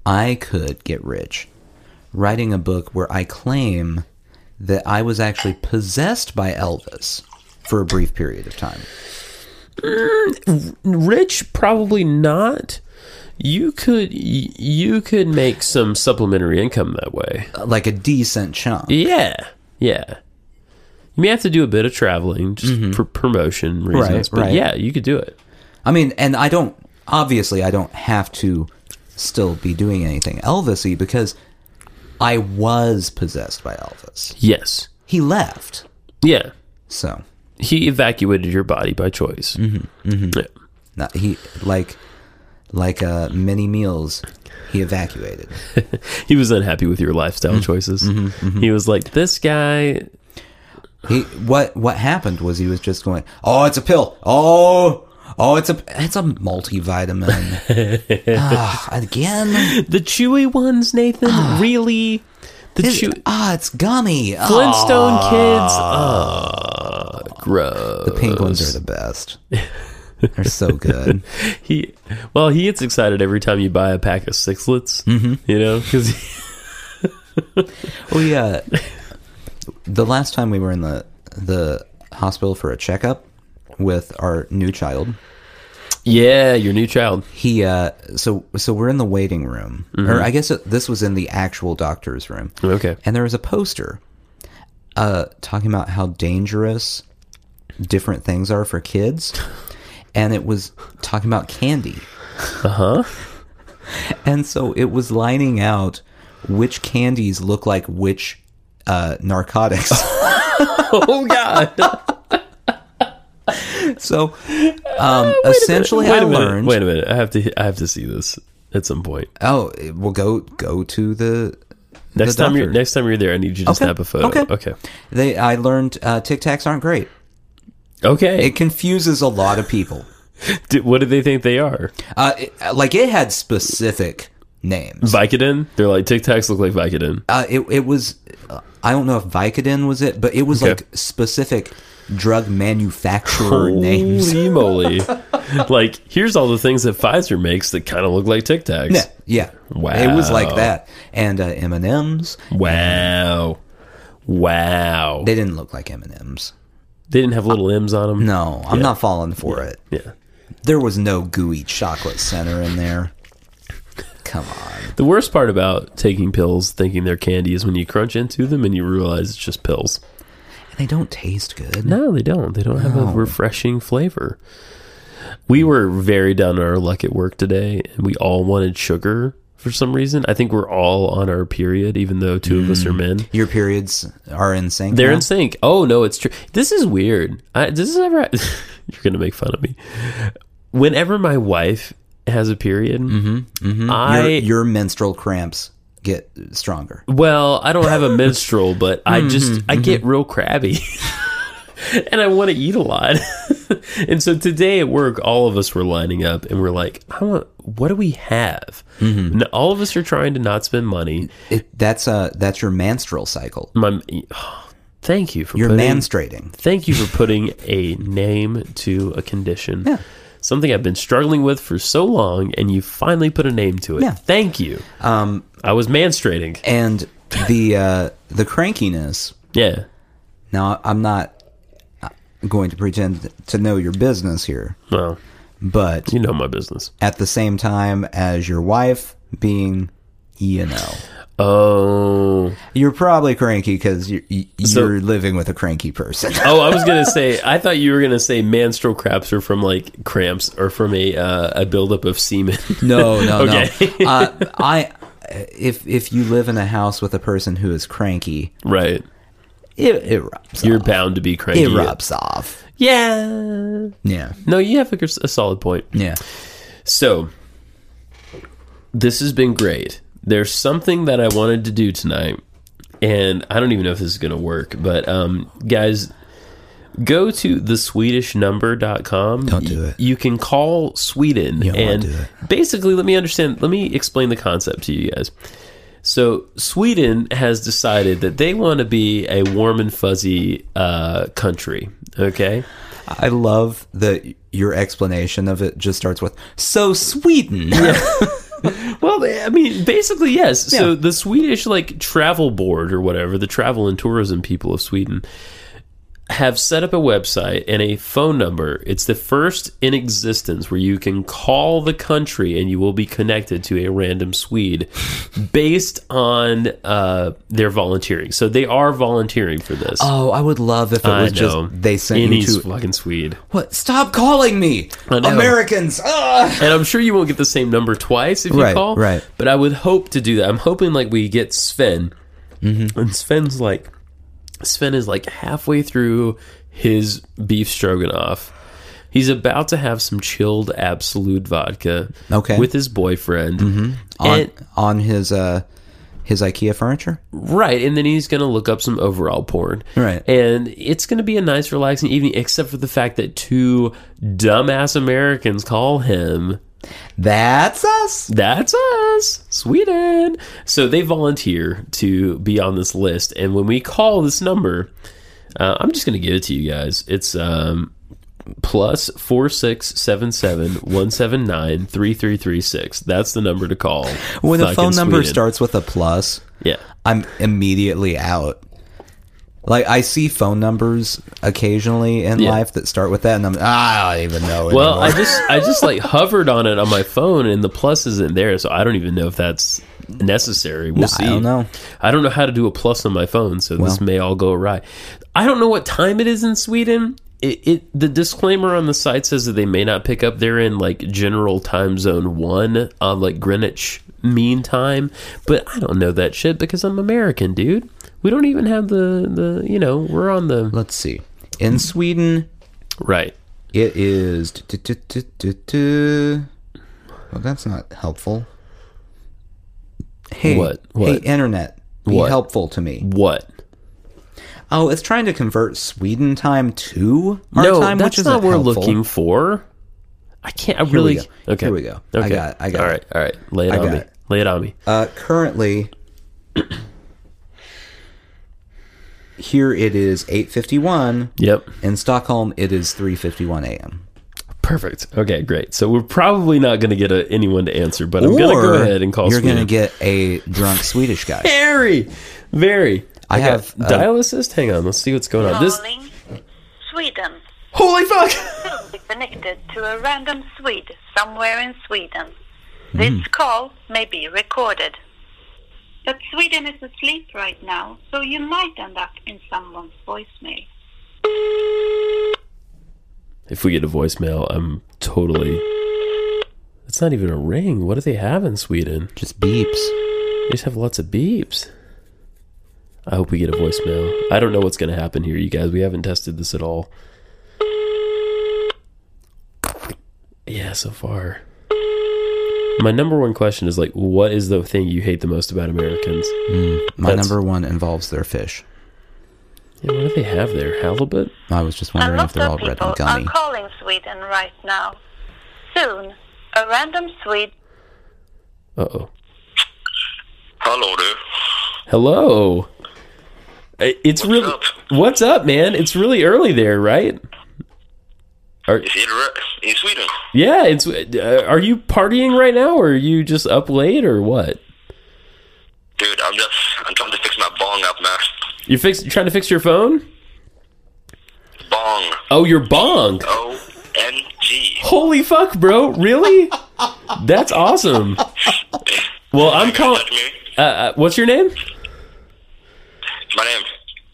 Speaker 2: I could get rich writing a book where I claim that I was actually possessed by Elvis for a brief period of time?
Speaker 4: rich probably not you could y- you could make some supplementary income that way
Speaker 2: Like a decent chunk.
Speaker 4: yeah yeah you may have to do a bit of traveling just for promotion reasons but
Speaker 2: Mm-hmm. right.
Speaker 4: yeah you could do it
Speaker 2: I mean, and I don't obviously I don't have to still be doing anything Elvisy because I was possessed by Elvis.
Speaker 4: yes
Speaker 2: He left,
Speaker 4: yeah
Speaker 2: so
Speaker 4: he evacuated your body by choice
Speaker 2: Mm-hmm,
Speaker 4: Yeah.
Speaker 2: no, he like like uh, many meals he evacuated.
Speaker 4: he was unhappy with your lifestyle
Speaker 2: Mm-hmm,
Speaker 4: choices he was like this guy
Speaker 2: He what what happened was he was just going, oh, it's a pill, oh. Oh, it's a it's a multivitamin Ah, again.
Speaker 4: the chewy ones nathan really the
Speaker 2: This-
Speaker 4: chew-
Speaker 2: ah, it's gummy. Ah,
Speaker 4: flintstone kids oh gross
Speaker 2: the pink ones are the best. They're so good.
Speaker 4: He, well, he gets excited every time you buy a pack of sixlets. You know, because
Speaker 2: We uh, the last time we were in the the hospital for a checkup with our new child,
Speaker 4: yeah, your new child.
Speaker 2: he uh, so so we're in the waiting room, or I guess it, this was in the actual doctor's room,
Speaker 4: Okay,
Speaker 2: and there was a poster uh, talking about how dangerous different things are for kids, and it was talking about candy. Uh huh. and so it was lining out which candies look like which uh, narcotics.
Speaker 4: Oh God! Uh,
Speaker 2: so um, essentially,
Speaker 4: Wait
Speaker 2: I
Speaker 4: a minute.
Speaker 2: learned.
Speaker 4: Wait a minute. I have to. I have to see this at some point.
Speaker 2: Oh, it- well, go go to the
Speaker 4: Next
Speaker 2: the
Speaker 4: time you're
Speaker 2: doctor.
Speaker 4: next time you're there, I need you to snap a photo.
Speaker 2: Okay.
Speaker 4: Okay.
Speaker 2: They, I learned uh, Tic Tacs aren't great.
Speaker 4: Okay.
Speaker 2: It confuses a lot of people.
Speaker 4: D- what do they think they are?
Speaker 2: Uh, it- like it had specific names.
Speaker 4: Vicodin? They're like Tic Tacs look like Vicodin.
Speaker 2: Uh, it it was uh, I don't know if Vicodin was it, but it was
Speaker 4: Okay.
Speaker 2: like specific drug manufacturer
Speaker 4: Holy
Speaker 2: names.
Speaker 4: moly! like here's all the things that Pfizer makes that kind of look like Tic Tacs.
Speaker 2: Yeah, yeah.
Speaker 4: Wow.
Speaker 2: It was like that, and uh, M and M's.
Speaker 4: Wow. Wow. They,
Speaker 2: They didn't look like M and M's.
Speaker 4: didn't have little M's on them.
Speaker 2: No, I'm not falling for it.
Speaker 4: Yeah.
Speaker 2: There was no gooey chocolate center in there. Come on.
Speaker 4: The worst part about taking pills, thinking they're candy, is when you crunch into them and you realize it's just pills.
Speaker 2: They don't taste good.
Speaker 4: No, they don't. They don't have a refreshing flavor. We were very down on our luck at work today, and we all wanted sugar for some reason. I think we're all on our period, even though two of us are men.
Speaker 2: Your periods are in sync.
Speaker 4: They're
Speaker 2: now?
Speaker 4: in sync. Oh no, it's true. This is weird. I, this is never. you're gonna make fun of me. Whenever my wife has a period, I
Speaker 2: Your, your menstrual cramps get stronger.
Speaker 4: Well, I don't have a menstrual, but I
Speaker 2: Mm-hmm,
Speaker 4: just I get real crabby. and I want to eat a lot. and so today at work all of us were lining up and we're like, I want what do we have?
Speaker 2: Mm-hmm.
Speaker 4: And all of us are trying to not spend money.
Speaker 2: It, that's uh that's your menstrual cycle.
Speaker 4: My oh, thank you for
Speaker 2: You're
Speaker 4: putting,
Speaker 2: menstruating.
Speaker 4: thank you for putting a name to a condition.
Speaker 2: Yeah.
Speaker 4: Something I've been struggling with for so long and you finally put a name to it.
Speaker 2: Yeah.
Speaker 4: Thank you. Um I was menstruating.
Speaker 2: And the uh the crankiness.
Speaker 4: Yeah.
Speaker 2: Now I'm not uh, going to pretend to know your business here,
Speaker 4: Well,
Speaker 2: but
Speaker 4: you know my business.
Speaker 2: at the same time as your wife being E you know,
Speaker 4: Oh,
Speaker 2: you're probably cranky because you're, you're
Speaker 4: So-
Speaker 2: living with a cranky person.
Speaker 4: oh! I was gonna say. I thought you were gonna say menstrual cramps are from like cramps or from a uh, a buildup of semen.
Speaker 2: No, no,
Speaker 4: Okay.
Speaker 2: no. Uh, I if if you live in a house with a person who is cranky,
Speaker 4: right.
Speaker 2: it, it rubs.
Speaker 4: You're
Speaker 2: off.
Speaker 4: bound to be cranky.
Speaker 2: It rubs off.
Speaker 4: Yeah.
Speaker 2: Yeah,
Speaker 4: No, you have a, a solid point.
Speaker 2: yeah.
Speaker 4: So, this has been great. There's something that I wanted to do tonight, and I don't even know if this is going to work, but um, guys, go to theswedishnumber.com.
Speaker 2: Don't do it.
Speaker 4: You can call Sweden.
Speaker 2: don't wanna
Speaker 4: and
Speaker 2: do
Speaker 4: basically, let me understand, let me explain the concept to you guys. So, Sweden has decided that they want to be a warm and fuzzy uh, country, okay?
Speaker 2: I love that your explanation of it just starts with "so Sweden."
Speaker 4: Well, eh, I mean, basically, yes. So the Swedish like travel board or whatever, the travel and tourism people of Sweden have set up a website and a phone number. It's the first in existence where you can call the country and you will be connected to a random Swede based on uh, their volunteering. So they are volunteering for this.
Speaker 2: Oh, I would love if it
Speaker 4: I
Speaker 2: was just
Speaker 4: know.
Speaker 2: they sent
Speaker 4: Any
Speaker 2: you to
Speaker 4: fucking Swede.
Speaker 2: what? Stop calling me,
Speaker 4: know.
Speaker 2: Americans. Ugh!
Speaker 4: And I'm sure you won't get the same number twice if you
Speaker 2: Right,
Speaker 4: call.
Speaker 2: right.
Speaker 4: But I would hope to do that. I'm hoping like we get Sven.
Speaker 2: Mm-hmm.
Speaker 4: And Sven's like Sven is like halfway through his beef stroganoff. He's about to have some chilled absolute vodka
Speaker 2: Okay. Mm-hmm.
Speaker 4: with his boyfriend.
Speaker 2: On,
Speaker 4: And,
Speaker 2: on his uh his IKEA furniture.
Speaker 4: right. And then he's going to look up some overall porn.
Speaker 2: Right.
Speaker 4: And it's going to be a nice, relaxing evening, except for the fact that two dumbass Americans call him
Speaker 2: That's us.
Speaker 4: That's us, Sweden. So they volunteer to be on this list, and when we call this number, uh, I'm just going to give it to you guys. It's um, plus four six seven seven one seven nine three three three six. That's the number to call
Speaker 2: When the
Speaker 4: Fucking
Speaker 2: phone number
Speaker 4: Sweden.
Speaker 2: starts with a plus,
Speaker 4: Yeah,
Speaker 2: I'm immediately out. Like I see phone numbers occasionally in
Speaker 4: Yeah.
Speaker 2: life that start with that, and I'm I don't even know. anymore.
Speaker 4: well, I just I just like hovered on it on my phone, and the plus isn't there, so I don't even know if that's necessary. We'll see.
Speaker 2: I don't know.
Speaker 4: I don't know how to do a plus on my phone, so this
Speaker 2: Well.
Speaker 4: may all go awry. I don't know what time it is in Sweden. It, it the disclaimer on the site says that they may not pick up. They're in like general time zone one on like Greenwich Mean Time, but I don't know that shit because I'm American, dude. We don't even have the the you know we're on the
Speaker 2: Let's see. In Sweden,
Speaker 4: right.
Speaker 2: it is. du- du- du- du- du- Well, that's not helpful. Hey,
Speaker 4: What?
Speaker 2: Hey,
Speaker 4: What?
Speaker 2: internet, be
Speaker 4: What?
Speaker 2: helpful to me.
Speaker 4: What?
Speaker 2: Oh, it's trying to convert Sweden time to our
Speaker 4: no,
Speaker 2: time,
Speaker 4: that's
Speaker 2: which
Speaker 4: not
Speaker 2: isn't
Speaker 4: we're
Speaker 2: helpful.
Speaker 4: looking for. I can't. I
Speaker 2: we
Speaker 4: really.
Speaker 2: go.
Speaker 4: Okay.
Speaker 2: Here we go. I
Speaker 4: Okay.
Speaker 2: got it. I got
Speaker 4: All
Speaker 2: it.
Speaker 4: right. All right. Lay it
Speaker 2: I
Speaker 4: on
Speaker 2: got
Speaker 4: me.
Speaker 2: it.
Speaker 4: Lay it on me.
Speaker 2: Uh, currently, here it is 8.51.
Speaker 4: Yep.
Speaker 2: In Stockholm, it is 3.51 a.m.
Speaker 4: Perfect. Okay. Great. So we're probably not going to get a, anyone to answer, but I'm going to
Speaker 2: Or
Speaker 4: go ahead and call.
Speaker 2: You're
Speaker 4: Sweden.
Speaker 2: going to get a drunk Swedish guy.
Speaker 4: very, very.
Speaker 2: I
Speaker 4: Okay.
Speaker 2: have, uh,
Speaker 4: dial assist. Hang on. Let's see what's going on. Uh, This.
Speaker 1: Calling Sweden.
Speaker 4: Holy fuck!
Speaker 1: Be connected to a random Swede somewhere in Sweden. This call may be recorded. But Sweden is asleep right now, so you might end up in someone's voicemail.
Speaker 4: If we get a voicemail, I'm totally. It's not even a ring. What do they have in Sweden?
Speaker 2: Just beeps.
Speaker 4: They just have lots of beeps. I hope we get a voicemail. I don't know what's going to happen here, you guys. We haven't tested this at all. Yeah, so far. My number one question is like, what is the thing you hate the most about Americans?
Speaker 2: My
Speaker 4: That's-
Speaker 2: number one involves their fish.
Speaker 4: Yeah, what do they have there? Halibut?
Speaker 2: I was just
Speaker 1: A
Speaker 2: wondering if
Speaker 1: lot
Speaker 2: they're all
Speaker 1: of
Speaker 2: red
Speaker 1: people
Speaker 2: and
Speaker 1: are
Speaker 2: gummy.
Speaker 1: calling Sweden right now. Soon, a random Swede.
Speaker 4: Uh oh.
Speaker 6: Hello, du.
Speaker 4: Hello. I- It's really.
Speaker 6: up?
Speaker 4: What's up, man? It's really early there, right? Are,
Speaker 6: Is it right in Sweden?
Speaker 4: yeah, it's. Uh, are you partying right now, or are you just up late, or what?
Speaker 6: Dude, I'm just I'm trying to fix my bong up, man.
Speaker 4: You're fix- trying to fix your phone?
Speaker 6: Bong.
Speaker 4: Oh, your bong.
Speaker 6: O M G.
Speaker 4: Holy fuck, bro. Really? That's awesome. Well, I'm calling.
Speaker 6: Touch me.
Speaker 4: Uh, uh, what's your name?
Speaker 6: My name.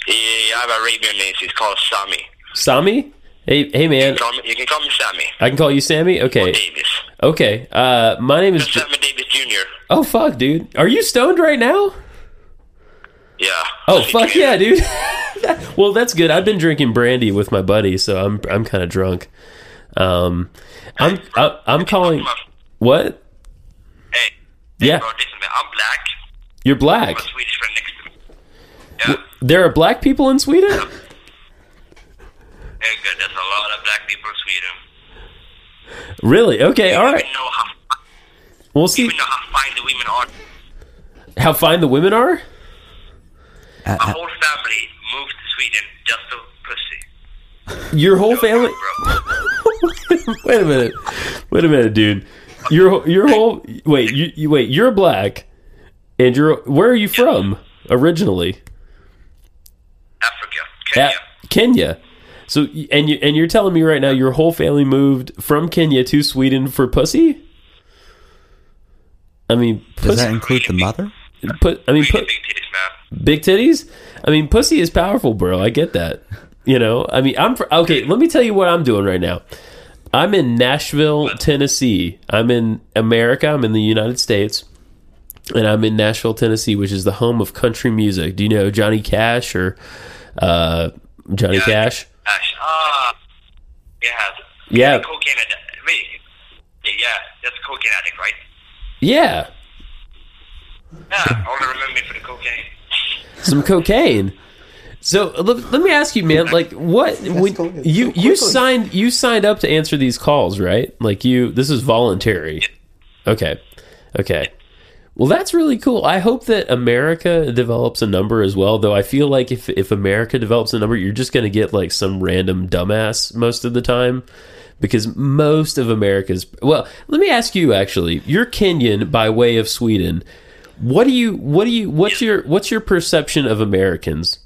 Speaker 6: Yeah, I have Arabian names. He's called Sami.
Speaker 4: Sami? Hey, hey man.
Speaker 6: Call me, you can call me Sammy
Speaker 4: I can call you Sammy? Okay.
Speaker 6: Davis.
Speaker 4: Okay. Uh, my name is.
Speaker 6: Sammy Davis Jr.
Speaker 4: Oh, fuck, dude. Are you stoned right now?
Speaker 6: Yeah.
Speaker 4: Oh, fuck yeah, dude. well, that's good. I've been drinking brandy with my buddy, so I'm I'm kind of drunk. Um, I'm I, I'm calling. What?
Speaker 6: Hey,
Speaker 4: Yeah,
Speaker 6: bro, listen, man. I'm black.
Speaker 4: you're black.
Speaker 6: My Swedish friend next to me. Yeah.
Speaker 4: There are black people in Sweden.
Speaker 6: Hey, good. There's a lot of black people in Sweden.
Speaker 4: Really? Okay. All right.
Speaker 6: We know how,
Speaker 4: We'll see
Speaker 6: we know how fine the women are.
Speaker 4: how fine the women are.
Speaker 2: Uh,
Speaker 6: My whole family moved to Sweden just for pussy.
Speaker 4: Your whole family.
Speaker 6: Bro.
Speaker 4: Wait a minute. Wait a minute, dude. Your your whole wait you, you wait you're black, and you're where are you from originally?
Speaker 6: Africa.
Speaker 4: At
Speaker 6: Kenya.
Speaker 4: Kenya. So and you and you're telling me right now your whole family moved from Kenya to Sweden for pussy? I mean,
Speaker 2: Does
Speaker 4: pussy,
Speaker 2: that include the mother?
Speaker 4: put I mean,
Speaker 6: Really
Speaker 4: put,
Speaker 6: big titties, man.
Speaker 4: big titties. I mean, pussy is powerful, bro. I get that. You know, I mean, I'm fr- okay. Let me tell you what I'm doing right now. I'm in Nashville, Tennessee. I'm in America. I'm in the United States, and I'm in Nashville, Tennessee, which is the home of country music. Do you know Johnny Cash or uh, Johnny Cash?
Speaker 6: Ash. Ah. yeah.
Speaker 4: Yeah.
Speaker 6: Cocaine addict. Wait. Yeah, that's cocaine addict, right?
Speaker 4: Yeah,
Speaker 6: Yeah. I only remember me for the cocaine.
Speaker 4: some cocaine. So let, let me ask you, man. Like, what when you you signed you signed up to answer these calls, right? Like, you this is voluntary. Okay, okay. Well, that's really cool. I hope that America develops a number as well. Though I feel like if if America develops a number, you're just going to get like some random dumbass most of the time, because most of America's. Well, let me ask you. Actually, you're Kenyan by way of Sweden. What do you? What do you? What's your? What's your perception of Americans?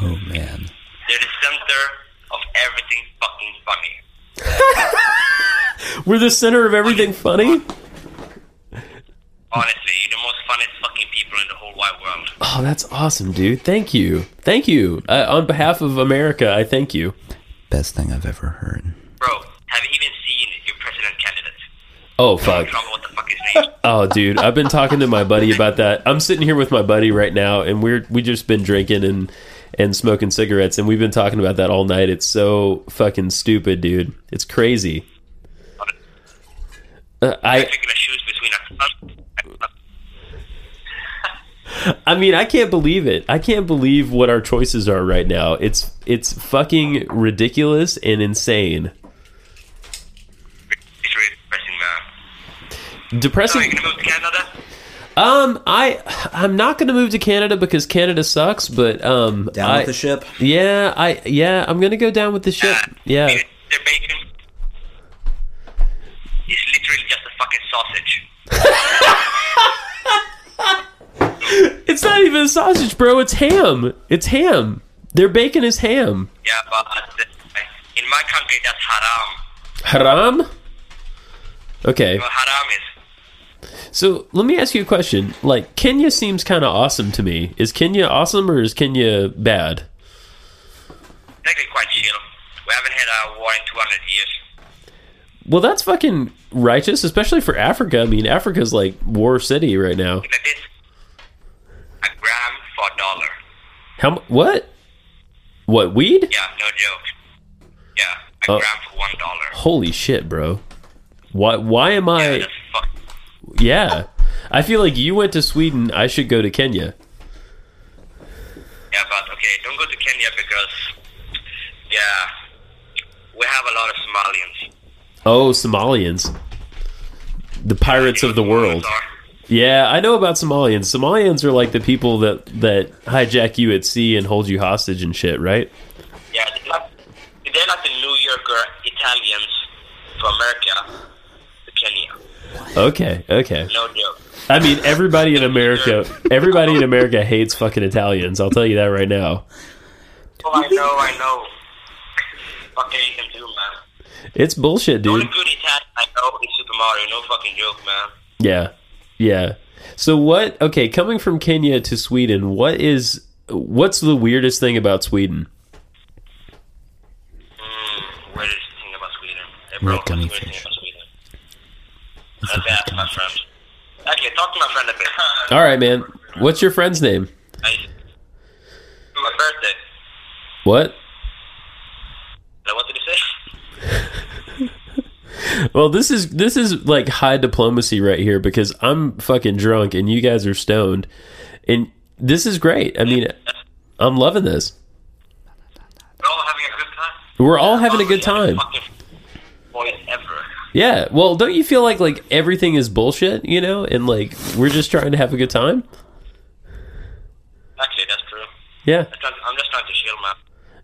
Speaker 2: Oh, man.
Speaker 6: They're the center of everything fucking funny.
Speaker 4: We're the center of everything funny.
Speaker 6: Honestly, you're the most funniest fucking people in the whole wide world.
Speaker 4: Oh, that's awesome, dude. Thank you. Thank you. Uh, on behalf of America, I thank you.
Speaker 2: Best thing I've ever heard.
Speaker 6: Bro, have you even seen your president candidate?
Speaker 4: Oh, fuck.
Speaker 6: Trump, what the fuck is his name?
Speaker 4: Oh, dude, I've been talking to my buddy about that. I'm sitting here with my buddy right now, and we're we just been drinking and and smoking cigarettes, and we've been talking about that all night. It's so fucking stupid, dude. It's crazy. Uh, I
Speaker 6: Picking a shoes between a
Speaker 4: I mean, I can't believe it. I can't believe what our choices are right now. It's it's fucking ridiculous and insane.
Speaker 6: It's really depressing, man. So you're
Speaker 4: Depressing.
Speaker 6: uh, gonna move to Canada?
Speaker 4: Um, I I'm not gonna move to Canada because Canada sucks, but um,
Speaker 2: Down
Speaker 4: I-
Speaker 2: with the ship.
Speaker 4: Yeah, I yeah, I'm gonna go down with the
Speaker 6: Uh,
Speaker 4: ship. Yeah.
Speaker 6: Dude, Their bacon is literally just a fucking sausage.
Speaker 4: It's not even a sausage, bro. It's ham. It's ham. Their bacon is ham.
Speaker 6: Yeah, but in my country that's haram.
Speaker 4: Haram? Okay.
Speaker 6: Well, haram is
Speaker 4: So let me ask you a question. Like, Kenya seems kind of awesome to me. Is Kenya awesome or is Kenya bad?
Speaker 6: technically quite chill. We haven't had a war in 200 years.
Speaker 4: Well, that's fucking righteous, especially for Africa. I mean, Africa's like war city right now.
Speaker 6: Look at this. A gram for a dollar.
Speaker 4: How mu- what? What weed?
Speaker 6: Yeah, no joke. Yeah, a
Speaker 4: Oh.
Speaker 6: gram for one dollar.
Speaker 4: Holy shit, bro. Why why am
Speaker 6: Yeah,
Speaker 4: I
Speaker 6: that's fuck.
Speaker 4: Yeah. I feel like you went to Sweden, I should go to Kenya.
Speaker 6: Yeah, but okay, don't go to Kenya because, yeah, we have a lot of Somalians.
Speaker 4: Oh, Somalians. The pirates of the world. Yeah, I know about Somalians. Somalians are like the people that that hijack you at sea and hold you hostage and shit, right?
Speaker 6: Yeah, they're like, they're like the New Yorker Italians from America to Kenya.
Speaker 4: Okay, okay.
Speaker 6: No joke.
Speaker 4: I mean, everybody in America, everybody in America hates fucking Italians. I'll tell you that right now.
Speaker 6: Oh, I know, I know. Fucking you can do, man.
Speaker 4: It's bullshit,
Speaker 6: The only
Speaker 4: dude.
Speaker 6: good Italian I know is Super Mario. No fucking joke, man.
Speaker 4: Yeah. Yeah. So what? Okay, coming from Kenya to Sweden, what is what's the weirdest thing about Sweden?
Speaker 6: Mm, where is the thing about Sweden? Hey, bro, what's the
Speaker 2: gummy
Speaker 6: weirdest thing about Sweden? That's that, my friend. Okay, talk to my friend a bit.
Speaker 4: All right, man. What's your friend's name?
Speaker 6: I- my birthday.
Speaker 4: What?
Speaker 6: Like, what did he say?
Speaker 4: Well, this is this is like high diplomacy right here because I'm fucking drunk and you guys are stoned, and this is great. I mean, I'm loving this.
Speaker 6: We're all having a good time.
Speaker 4: We're all having a good
Speaker 6: Oh, yeah,
Speaker 4: time.
Speaker 6: fucking Boys ever.
Speaker 4: Yeah. Well, don't you feel like like everything is bullshit, you know, and like we're just trying to have a good time?
Speaker 6: Actually, that's true.
Speaker 4: Yeah.
Speaker 6: I'm trying- I'm just trying to chill, man.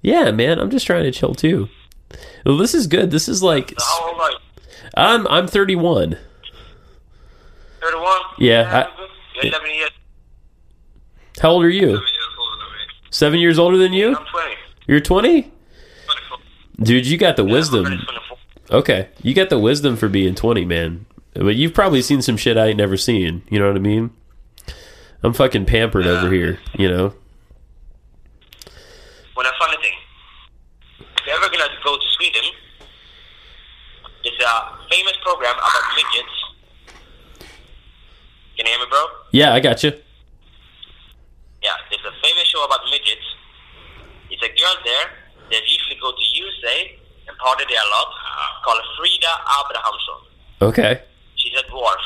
Speaker 4: Yeah, man. I'm just trying to chill too. Well, this is good. This is like
Speaker 6: So how old are you?
Speaker 4: I'm I'm 31.
Speaker 6: 31?
Speaker 4: Yeah, I-
Speaker 6: good. You're 11 years.
Speaker 4: How old are you? Seven years older than you?
Speaker 6: I'm 20.
Speaker 4: You're 20,
Speaker 6: 24.
Speaker 4: dude. You got the
Speaker 6: I'm
Speaker 4: wisdom.
Speaker 6: 24.
Speaker 4: Okay, you got the wisdom for being 20, man. But you've probably seen some shit I ain't never seen. You know what I mean? I'm fucking pampered over here. You know?
Speaker 6: Well, a funny thing. If you're ever gonna go to Sweden, it's a famous program about midgets. Can you hear me, bro?
Speaker 4: Yeah, I got you.
Speaker 6: Yeah, there's a famous show about midgets. It's a girl there that usually go to USA and party there a lot called Frida Abrahamsson.
Speaker 4: Okay.
Speaker 6: She's a dwarf.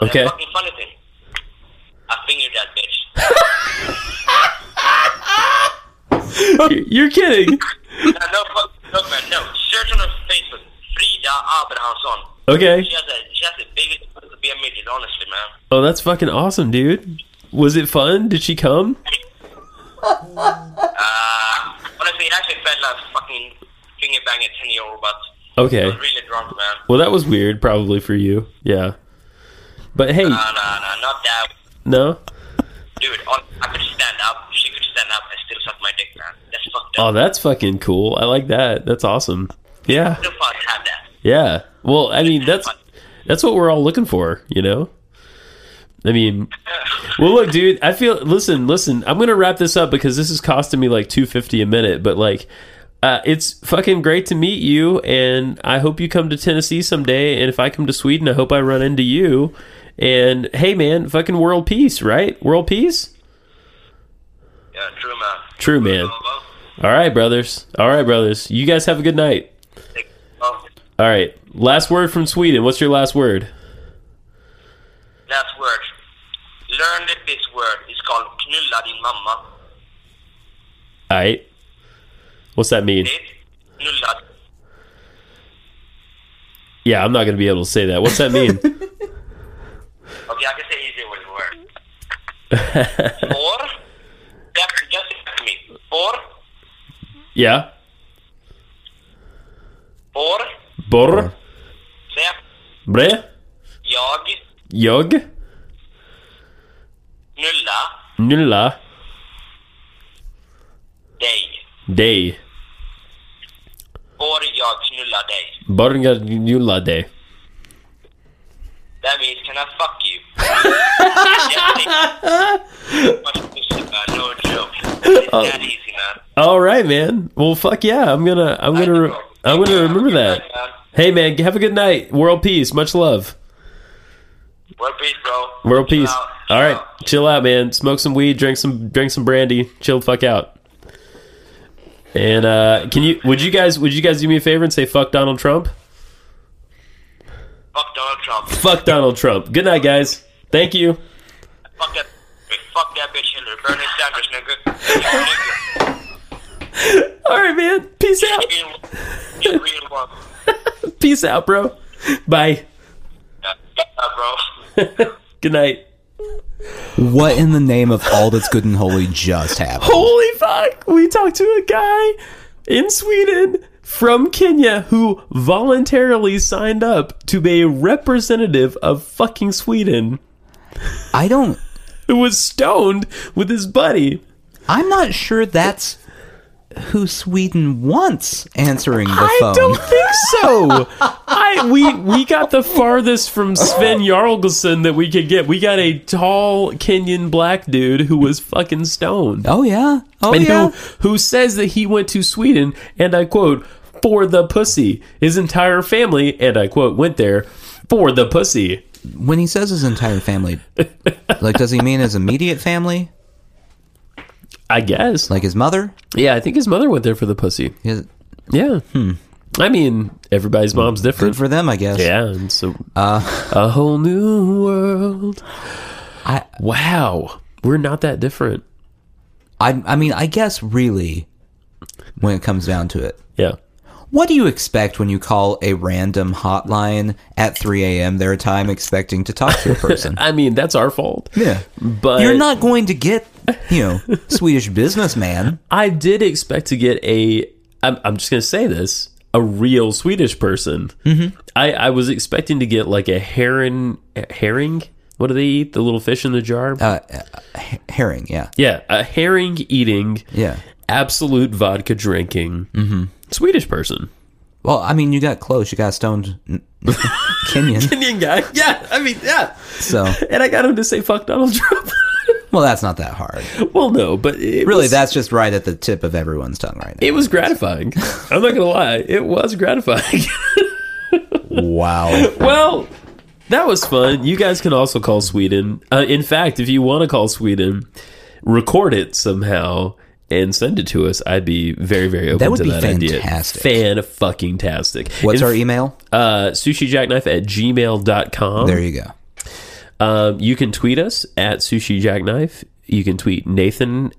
Speaker 4: Okay.
Speaker 6: The fucking funny thing. I fingered that bitch.
Speaker 4: You're- You're kidding.
Speaker 6: no, no, fuck- no, man, no. Search on her Facebook. Frida Abrahamsson.
Speaker 4: Okay.
Speaker 6: She has a she has the biggest pussy to be a midget, honestly, man.
Speaker 4: Oh, that's fucking awesome, dude. Was it fun? Did she come?
Speaker 6: Honestly, it actually felt like fucking finger banging a ten year old, but I
Speaker 4: Okay.
Speaker 6: was really drunk, man.
Speaker 4: Well, that was weird, probably for you. Yeah. But hey,
Speaker 6: No, no, no, not that,
Speaker 4: no.
Speaker 6: dude. On, I could stand up. She could stand up and still suck my dick, man. That's fucked
Speaker 4: Oh,
Speaker 6: up.
Speaker 4: that's fucking cool. I like that. That's awesome. Yeah.
Speaker 6: Who the fuck had that?
Speaker 4: Yeah. Well, I mean that's that's what we're all looking for, you know. I mean, well, look, dude. I feel. Listen, listen. I'm gonna wrap this up because this is costing me like two fifty a minute. But like, uh, it's fucking great to meet you, and I hope you come to Tennessee someday. And if I come to Sweden, I hope I run into you. And hey, man, fucking world peace, right? World peace.
Speaker 6: Yeah, true man.
Speaker 4: True, man. All right, brothers. All right, brothers. You guys have a good night.
Speaker 6: Oh,
Speaker 4: All right. Last word from Sweden. What's your last word?
Speaker 6: last word. Learn that this word. It's called knulla din mamma.
Speaker 4: All right. What's that mean?
Speaker 6: It knulla.
Speaker 4: Yeah, I'm not going to be able to say that. What's that mean?
Speaker 6: Okay, I can say easy with word. Or that just ask me. Or
Speaker 4: yeah.
Speaker 6: or
Speaker 4: Borr,
Speaker 6: säg
Speaker 4: bre,
Speaker 6: jag
Speaker 4: jag,
Speaker 6: knulla
Speaker 4: nulla,
Speaker 6: dig.
Speaker 4: dig.
Speaker 6: Or jag knulla dig.
Speaker 4: Borgar nulla dig.
Speaker 6: That means can I fuck you? Much appreciated, man. No joke. It's that easy, man.
Speaker 4: All right, man. Well, fuck yeah. I'm going to I'm going to I'm going to remember that. Hey man, have a good night. World peace. Much love.
Speaker 6: World peace, bro.
Speaker 4: World
Speaker 6: Chill
Speaker 4: peace.
Speaker 6: out.
Speaker 4: All right.
Speaker 6: Chill out.
Speaker 4: Chill out, man. Smoke some weed, drink some drink some brandy, chill the fuck out. And uh can you would you guys would you guys do me a favor and say fuck Donald Trump?
Speaker 6: Fuck Donald Trump.
Speaker 4: Fuck Donald Trump. Good night, guys. Thank you.
Speaker 6: Fuck that. Fuck that bitch Hillary. Bernie Sanders, nigga.
Speaker 4: All right, man. Peace out.
Speaker 6: Nigga. You real, you real one.
Speaker 4: Peace out, bro. Bye.
Speaker 6: Yeah, bro.
Speaker 4: Good night.
Speaker 2: What in the name of all that's good and holy just happened?
Speaker 4: Holy fuck. We talked to a guy in Sweden from Kenya who voluntarily signed up to be a representative of fucking Sweden
Speaker 2: I don't.
Speaker 4: who was stoned with his buddy.
Speaker 2: I'm not sure that's who Sweden wants answering the
Speaker 4: I
Speaker 2: phone.
Speaker 4: don't think so. I we we got the farthest from Sven Jarlson that we could get. We got a tall Kenyan black dude who was fucking stoned.
Speaker 2: Oh yeah. Oh
Speaker 4: and
Speaker 2: yeah.
Speaker 4: who who says that he went to Sweden and I quote for the pussy. His entire family and I quote went there for the pussy.
Speaker 2: When he says his entire family, like, does he mean his immediate family?
Speaker 4: I guess.
Speaker 2: Like his mother?
Speaker 4: Yeah, I think his mother went there for the pussy.
Speaker 2: His,
Speaker 4: Yeah. I mean, everybody's mom's different.
Speaker 2: Hmm. good for Uh. them, I guess.
Speaker 4: yeah, and so a whole new world.
Speaker 2: I,
Speaker 4: Wow, we're not that different.
Speaker 2: I, I mean, I guess really, when it comes down to it,
Speaker 4: Yeah.
Speaker 2: what do you expect when you call a random hotline at 3 a.m. their time, expecting to talk to a person?
Speaker 4: I mean, that's our fault.
Speaker 2: yeah.
Speaker 4: But
Speaker 2: You're not going to get, you know, Swedish businessman.
Speaker 4: I did expect to get a. I'm, I'm just going to say this a real Swedish person. Mm-hmm. I, I was expecting to get like a heron. a Herring? What do they eat? The little fish in the jar?
Speaker 2: Uh, uh, h- herring, yeah.
Speaker 4: yeah. A herring eating,
Speaker 2: Yeah.
Speaker 4: absolute vodka drinking Swedish person.
Speaker 2: Well, I mean, you got close. You got stoned n- Kenyan.
Speaker 4: Indian guy. Yeah. I mean, yeah.
Speaker 2: So,
Speaker 4: And I got him to say fuck Donald Trump.
Speaker 2: well, that's not that hard.
Speaker 4: well, no, but it
Speaker 2: Really,
Speaker 4: was-
Speaker 2: that's just right at the tip of everyone's tongue right now.
Speaker 4: It was gratifying. I'm not gonna lie, it was gratifying.
Speaker 2: Wow.
Speaker 4: well, that was fun. You guys can also call Sweden. Uh, in fact, if you want to call Sweden, record it somehow and send it to us. I'd be very, very open
Speaker 2: That would
Speaker 4: to
Speaker 2: be
Speaker 4: that
Speaker 2: fantastic.
Speaker 4: idea. Fan fucking tastic.
Speaker 2: What's our email?
Speaker 4: Uh, sushijackknife at gmail.com.
Speaker 2: There you go.
Speaker 4: Um, you can tweet us at Sushi Jackknife. You can tweet Nathan.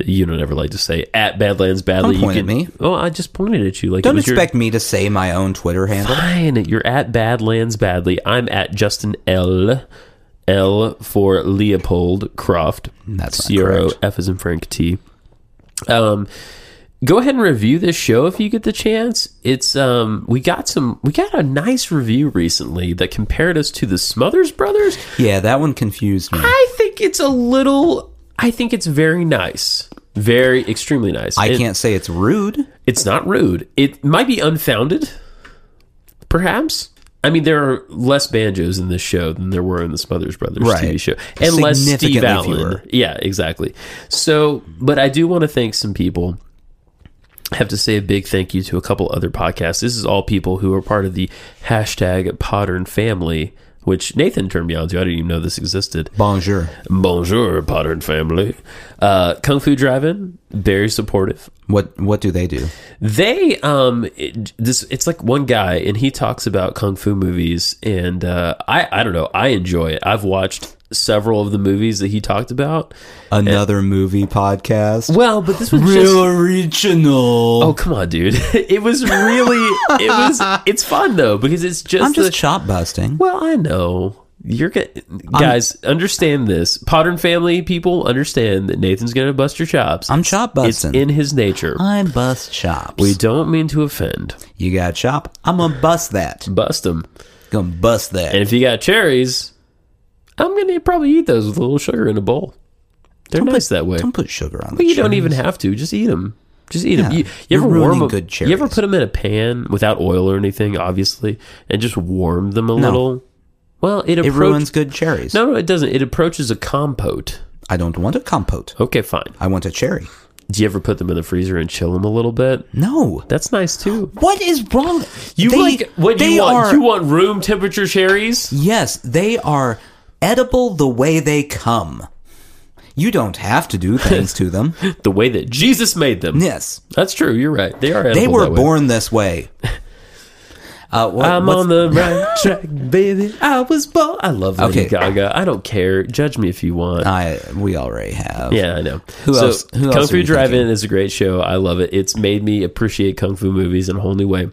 Speaker 4: You don't ever like to say at Badlands Badly.
Speaker 2: Don't
Speaker 4: you
Speaker 2: point
Speaker 4: can,
Speaker 2: at me.
Speaker 4: Oh, I just pointed at you. Like it
Speaker 2: Don't
Speaker 4: was your-
Speaker 2: expect me to say my own Twitter handle.
Speaker 4: Fine. You're at Badlands Badly. I'm at Justin L. L for Leopold Croft.
Speaker 2: That's not
Speaker 4: Zero.
Speaker 2: correct.
Speaker 4: F is in Frank T. Um, go ahead and review this show if you get the chance. It's um, we got some, we got a nice review recently that compared us to the Smothers Brothers.
Speaker 2: Yeah, that one confused me.
Speaker 4: I think it's a little. I think it's very nice, very extremely nice.
Speaker 2: I
Speaker 4: It-
Speaker 2: can't say it's rude.
Speaker 4: It's not rude. It might be unfounded. perhaps. I mean, there are less banjos in this show than there were in the Smothers Brothers
Speaker 2: Right.
Speaker 4: TV show, and less Steve
Speaker 2: Significantly
Speaker 4: Allen.
Speaker 2: fewer.
Speaker 4: Yeah, exactly. So, but I do want to thank some people. I have to say a big thank you to a couple other podcasts. This is all people who are part of the hashtag Podern family, which Nathan turned me on to. I didn't even know this existed.
Speaker 2: Bonjour.
Speaker 4: Bonjour, Podern family. Uh, Kung Fu Driving, very supportive
Speaker 2: What what do they do?
Speaker 4: they um it- this it's like one guy and he talks about kung fu movies and uh i i don't know i enjoy it i've watched several of the movies that he talked about
Speaker 2: Another movie podcast.
Speaker 4: well but this was
Speaker 2: Real
Speaker 4: just
Speaker 2: original.
Speaker 4: oh come on dude it was really it was it's fun though because it's just
Speaker 2: I'm just
Speaker 4: the-
Speaker 2: chop busting.
Speaker 4: well i know you're gonna guys understand this Potter family people understand that nathan's gonna bust your chops
Speaker 2: I'm chop
Speaker 4: it's
Speaker 2: busting.
Speaker 4: in his nature
Speaker 2: I bust chops.
Speaker 4: we don't mean to offend
Speaker 2: you got chop? I'm gonna bust that.
Speaker 4: bust him
Speaker 2: Gonna bust that.
Speaker 4: And if you got cherries, I'm gonna probably eat those with a little sugar in a bowl. They're nice that way.
Speaker 2: don't put sugar on.
Speaker 4: But
Speaker 2: the
Speaker 4: you don't
Speaker 2: cherries.
Speaker 4: even have to. Just eat them. Just eat them.
Speaker 2: Yeah,
Speaker 4: You, you
Speaker 2: you're
Speaker 4: ever warm
Speaker 2: ruining
Speaker 4: them?
Speaker 2: good
Speaker 4: You ever
Speaker 2: cherries.
Speaker 4: put them in a pan without oil or anything, obviously, and just warm them a
Speaker 2: No.
Speaker 4: little? Well,
Speaker 2: It
Speaker 4: it, approach-
Speaker 2: ruins good cherries.
Speaker 4: No, no, it doesn't. It approaches a compote.
Speaker 2: I don't want a compote.
Speaker 4: Okay, fine.
Speaker 2: I want a cherry.
Speaker 4: Do you ever put them in the freezer and chill them a little bit?
Speaker 2: No.
Speaker 4: That's nice too.
Speaker 2: What is wrong?
Speaker 4: You
Speaker 2: They-
Speaker 4: like what do
Speaker 2: they
Speaker 4: you want?
Speaker 2: are-
Speaker 4: You want room temperature cherries?
Speaker 2: Yes, they are edible the way they come. You don't have to do things to them.
Speaker 4: The way that Jesus made them.
Speaker 2: Yes,
Speaker 4: That's true. You're right. They are.
Speaker 2: they
Speaker 4: edible
Speaker 2: were
Speaker 4: that way.
Speaker 2: born this way. Uh, what,
Speaker 4: I'm
Speaker 2: what's-
Speaker 4: on the right track, baby. I was born. I love Lady
Speaker 2: Okay.
Speaker 4: Gaga. I don't care. Judge me if you want.
Speaker 2: I we already have.
Speaker 4: yeah, I know.
Speaker 2: Who else- who
Speaker 4: Kung
Speaker 2: else are
Speaker 4: Fu
Speaker 2: you
Speaker 4: Drive In
Speaker 2: thinking?
Speaker 4: is a great show. I love it. It's made me appreciate kung fu movies in a whole new way.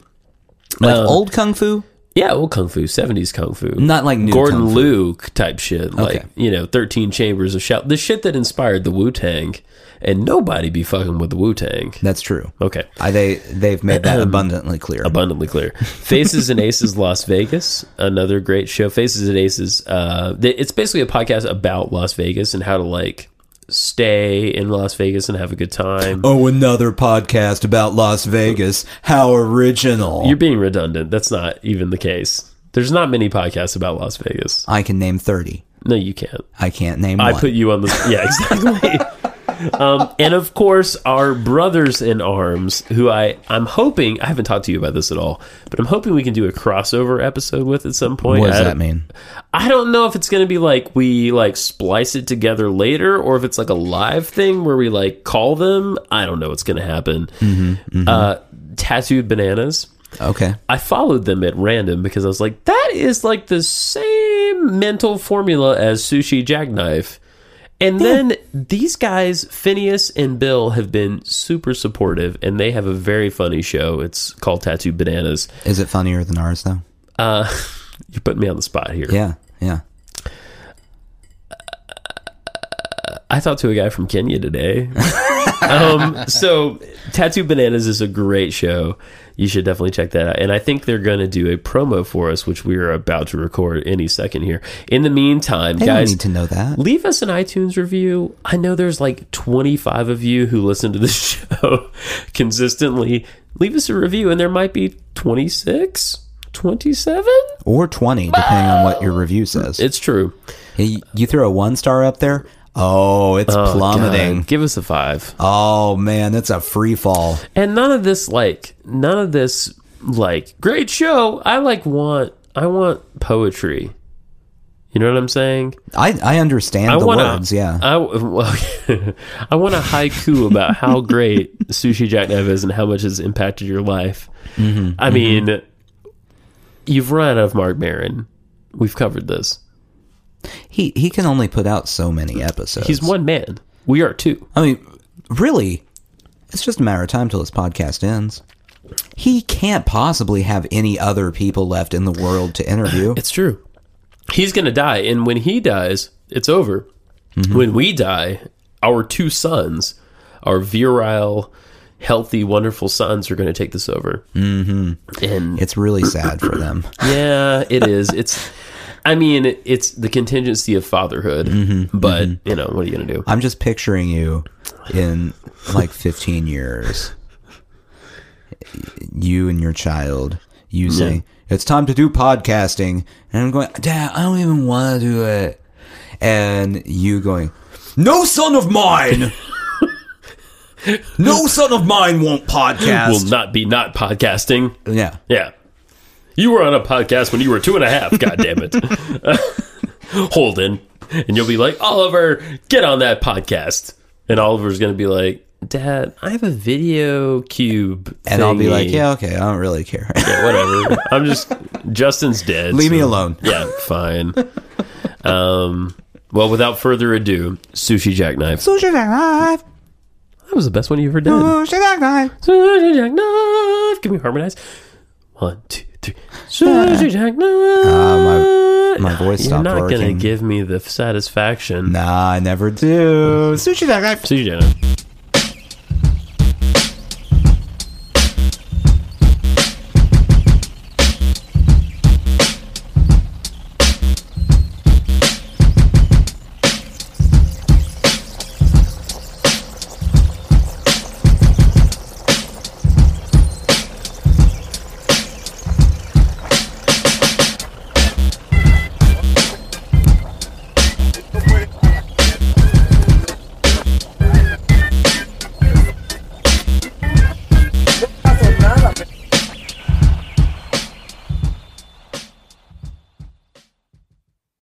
Speaker 2: like
Speaker 4: uh,
Speaker 2: old kung fu,
Speaker 4: Yeah, old kung fu, seventies kung fu,
Speaker 2: not like new
Speaker 4: Gordon
Speaker 2: kung fu.
Speaker 4: Liu type shit, like
Speaker 2: Okay.
Speaker 4: you know, Thirteen Chambers of Shaolin, the shit that inspired the Wu Tang, and nobody be fucking with the Wu Tang.
Speaker 2: That's true.
Speaker 4: Okay.
Speaker 2: I, they they've made that abundantly clear.
Speaker 4: abundantly clear. Faces and Aces Las Vegas, another great show. Faces and Aces. Uh, th- it's basically a podcast about Las Vegas and how to like stay in Las Vegas and have a good time.
Speaker 2: oh, another podcast about Las Vegas. How original!
Speaker 4: You're being redundant. That's not even the case. There's not many podcasts about Las Vegas.
Speaker 2: I can name thirty.
Speaker 4: No, you can't.
Speaker 2: I can't name
Speaker 4: I
Speaker 2: one.
Speaker 4: put you on the yeah exactly. um, and of course, our brothers in arms, who I I'm hoping I haven't talked to you about this at all, but I'm hoping we can do a crossover episode with at some point.
Speaker 2: what does
Speaker 4: I-
Speaker 2: that mean?
Speaker 4: I don't know if it's going to be like we like splice it together later or if it's like a live thing where we like call them. I don't know what's going to happen. Uh, tattooed bananas.
Speaker 2: Okay.
Speaker 4: I followed them at random because I was like, that is like the same mental formula as Sushi Jackknife. And then these guys, Phineas and Bill, have been super supportive and they have a very funny show. It's called Tattooed Bananas.
Speaker 2: Is it funnier than ours though?
Speaker 4: Uh, you're putting me on the spot here.
Speaker 2: Yeah. Yeah.
Speaker 4: I talked to a guy from Kenya today. um, so, Tattoo Bananas is a great show. You should definitely check that out. And I think they're going to do a promo for us, which we are about to record any second here. In the meantime,
Speaker 2: They
Speaker 4: guys,
Speaker 2: don't need to know that.
Speaker 4: leave us an iTunes review. I know there's like 25 of you who listen to this show consistently. Leave us a review, and there might be 26, 27.
Speaker 2: or 20 depending on what your review says
Speaker 4: It's true.
Speaker 2: Hey, you throw a one star up there oh it's
Speaker 4: Oh,
Speaker 2: plummeting
Speaker 4: God. Give us a five.
Speaker 2: oh man it's a free fall
Speaker 4: and none of this like none of this like great show i like want i want poetry you know what i'm saying
Speaker 2: i i understand
Speaker 4: i
Speaker 2: the
Speaker 4: want
Speaker 2: words yeah
Speaker 4: i, well, I want a haiku about how great sushi jackknife is and how much it's impacted your life
Speaker 2: Mm-hmm,
Speaker 4: i mean you've run out of mark marin we've covered this
Speaker 2: he he can only put out so many episodes
Speaker 4: he's one man we are two
Speaker 2: i mean really it's just a matter of time till his podcast ends he can't possibly have any other people left in the world to interview
Speaker 4: It's true. He's going to die. And when he dies, it's over. When we die, our two sons, our virile, healthy, wonderful sons, are going to take this over. Mm-hmm. And
Speaker 2: it's really sad for them
Speaker 4: yeah, it is. It's, I mean, it's the contingency of fatherhood. But, you know, what are you going to do?
Speaker 2: i'm just picturing you in like 15 years you and your child you saying it's time to do podcasting, and I'm going, Dad, I don't even want to do it, and you going, No son of mine, no son of mine won't podcast.
Speaker 4: Will not be not podcasting.
Speaker 2: yeah,
Speaker 4: Yeah. You were on a podcast when you were two and a half, God damn it. Holden. And you'll be like, Oliver, get on that podcast. And Oliver's going to be like, Dad, I have a video cube.
Speaker 2: and I'll be like,
Speaker 4: thingy."
Speaker 2: Yeah, okay, I don't really care.
Speaker 4: Yeah, whatever. I'm just, Justin's dead.
Speaker 2: Leave me
Speaker 4: so-
Speaker 2: alone.
Speaker 4: Yeah, fine. um, well, without further ado, Sushi Jackknife.
Speaker 3: Sushi jackknife.
Speaker 4: That was the best one you ever did.
Speaker 3: Sushi jackknife.
Speaker 4: Sushi jackknife. Can we harmonize? One, two, three. Sushi jackknife.
Speaker 2: Uh, my- my voice
Speaker 4: You're
Speaker 2: stopped
Speaker 4: not gonna
Speaker 2: working.
Speaker 4: give me the satisfaction.
Speaker 2: nah, I never do.
Speaker 3: Sushi jackknife.
Speaker 4: Sushi jackknife.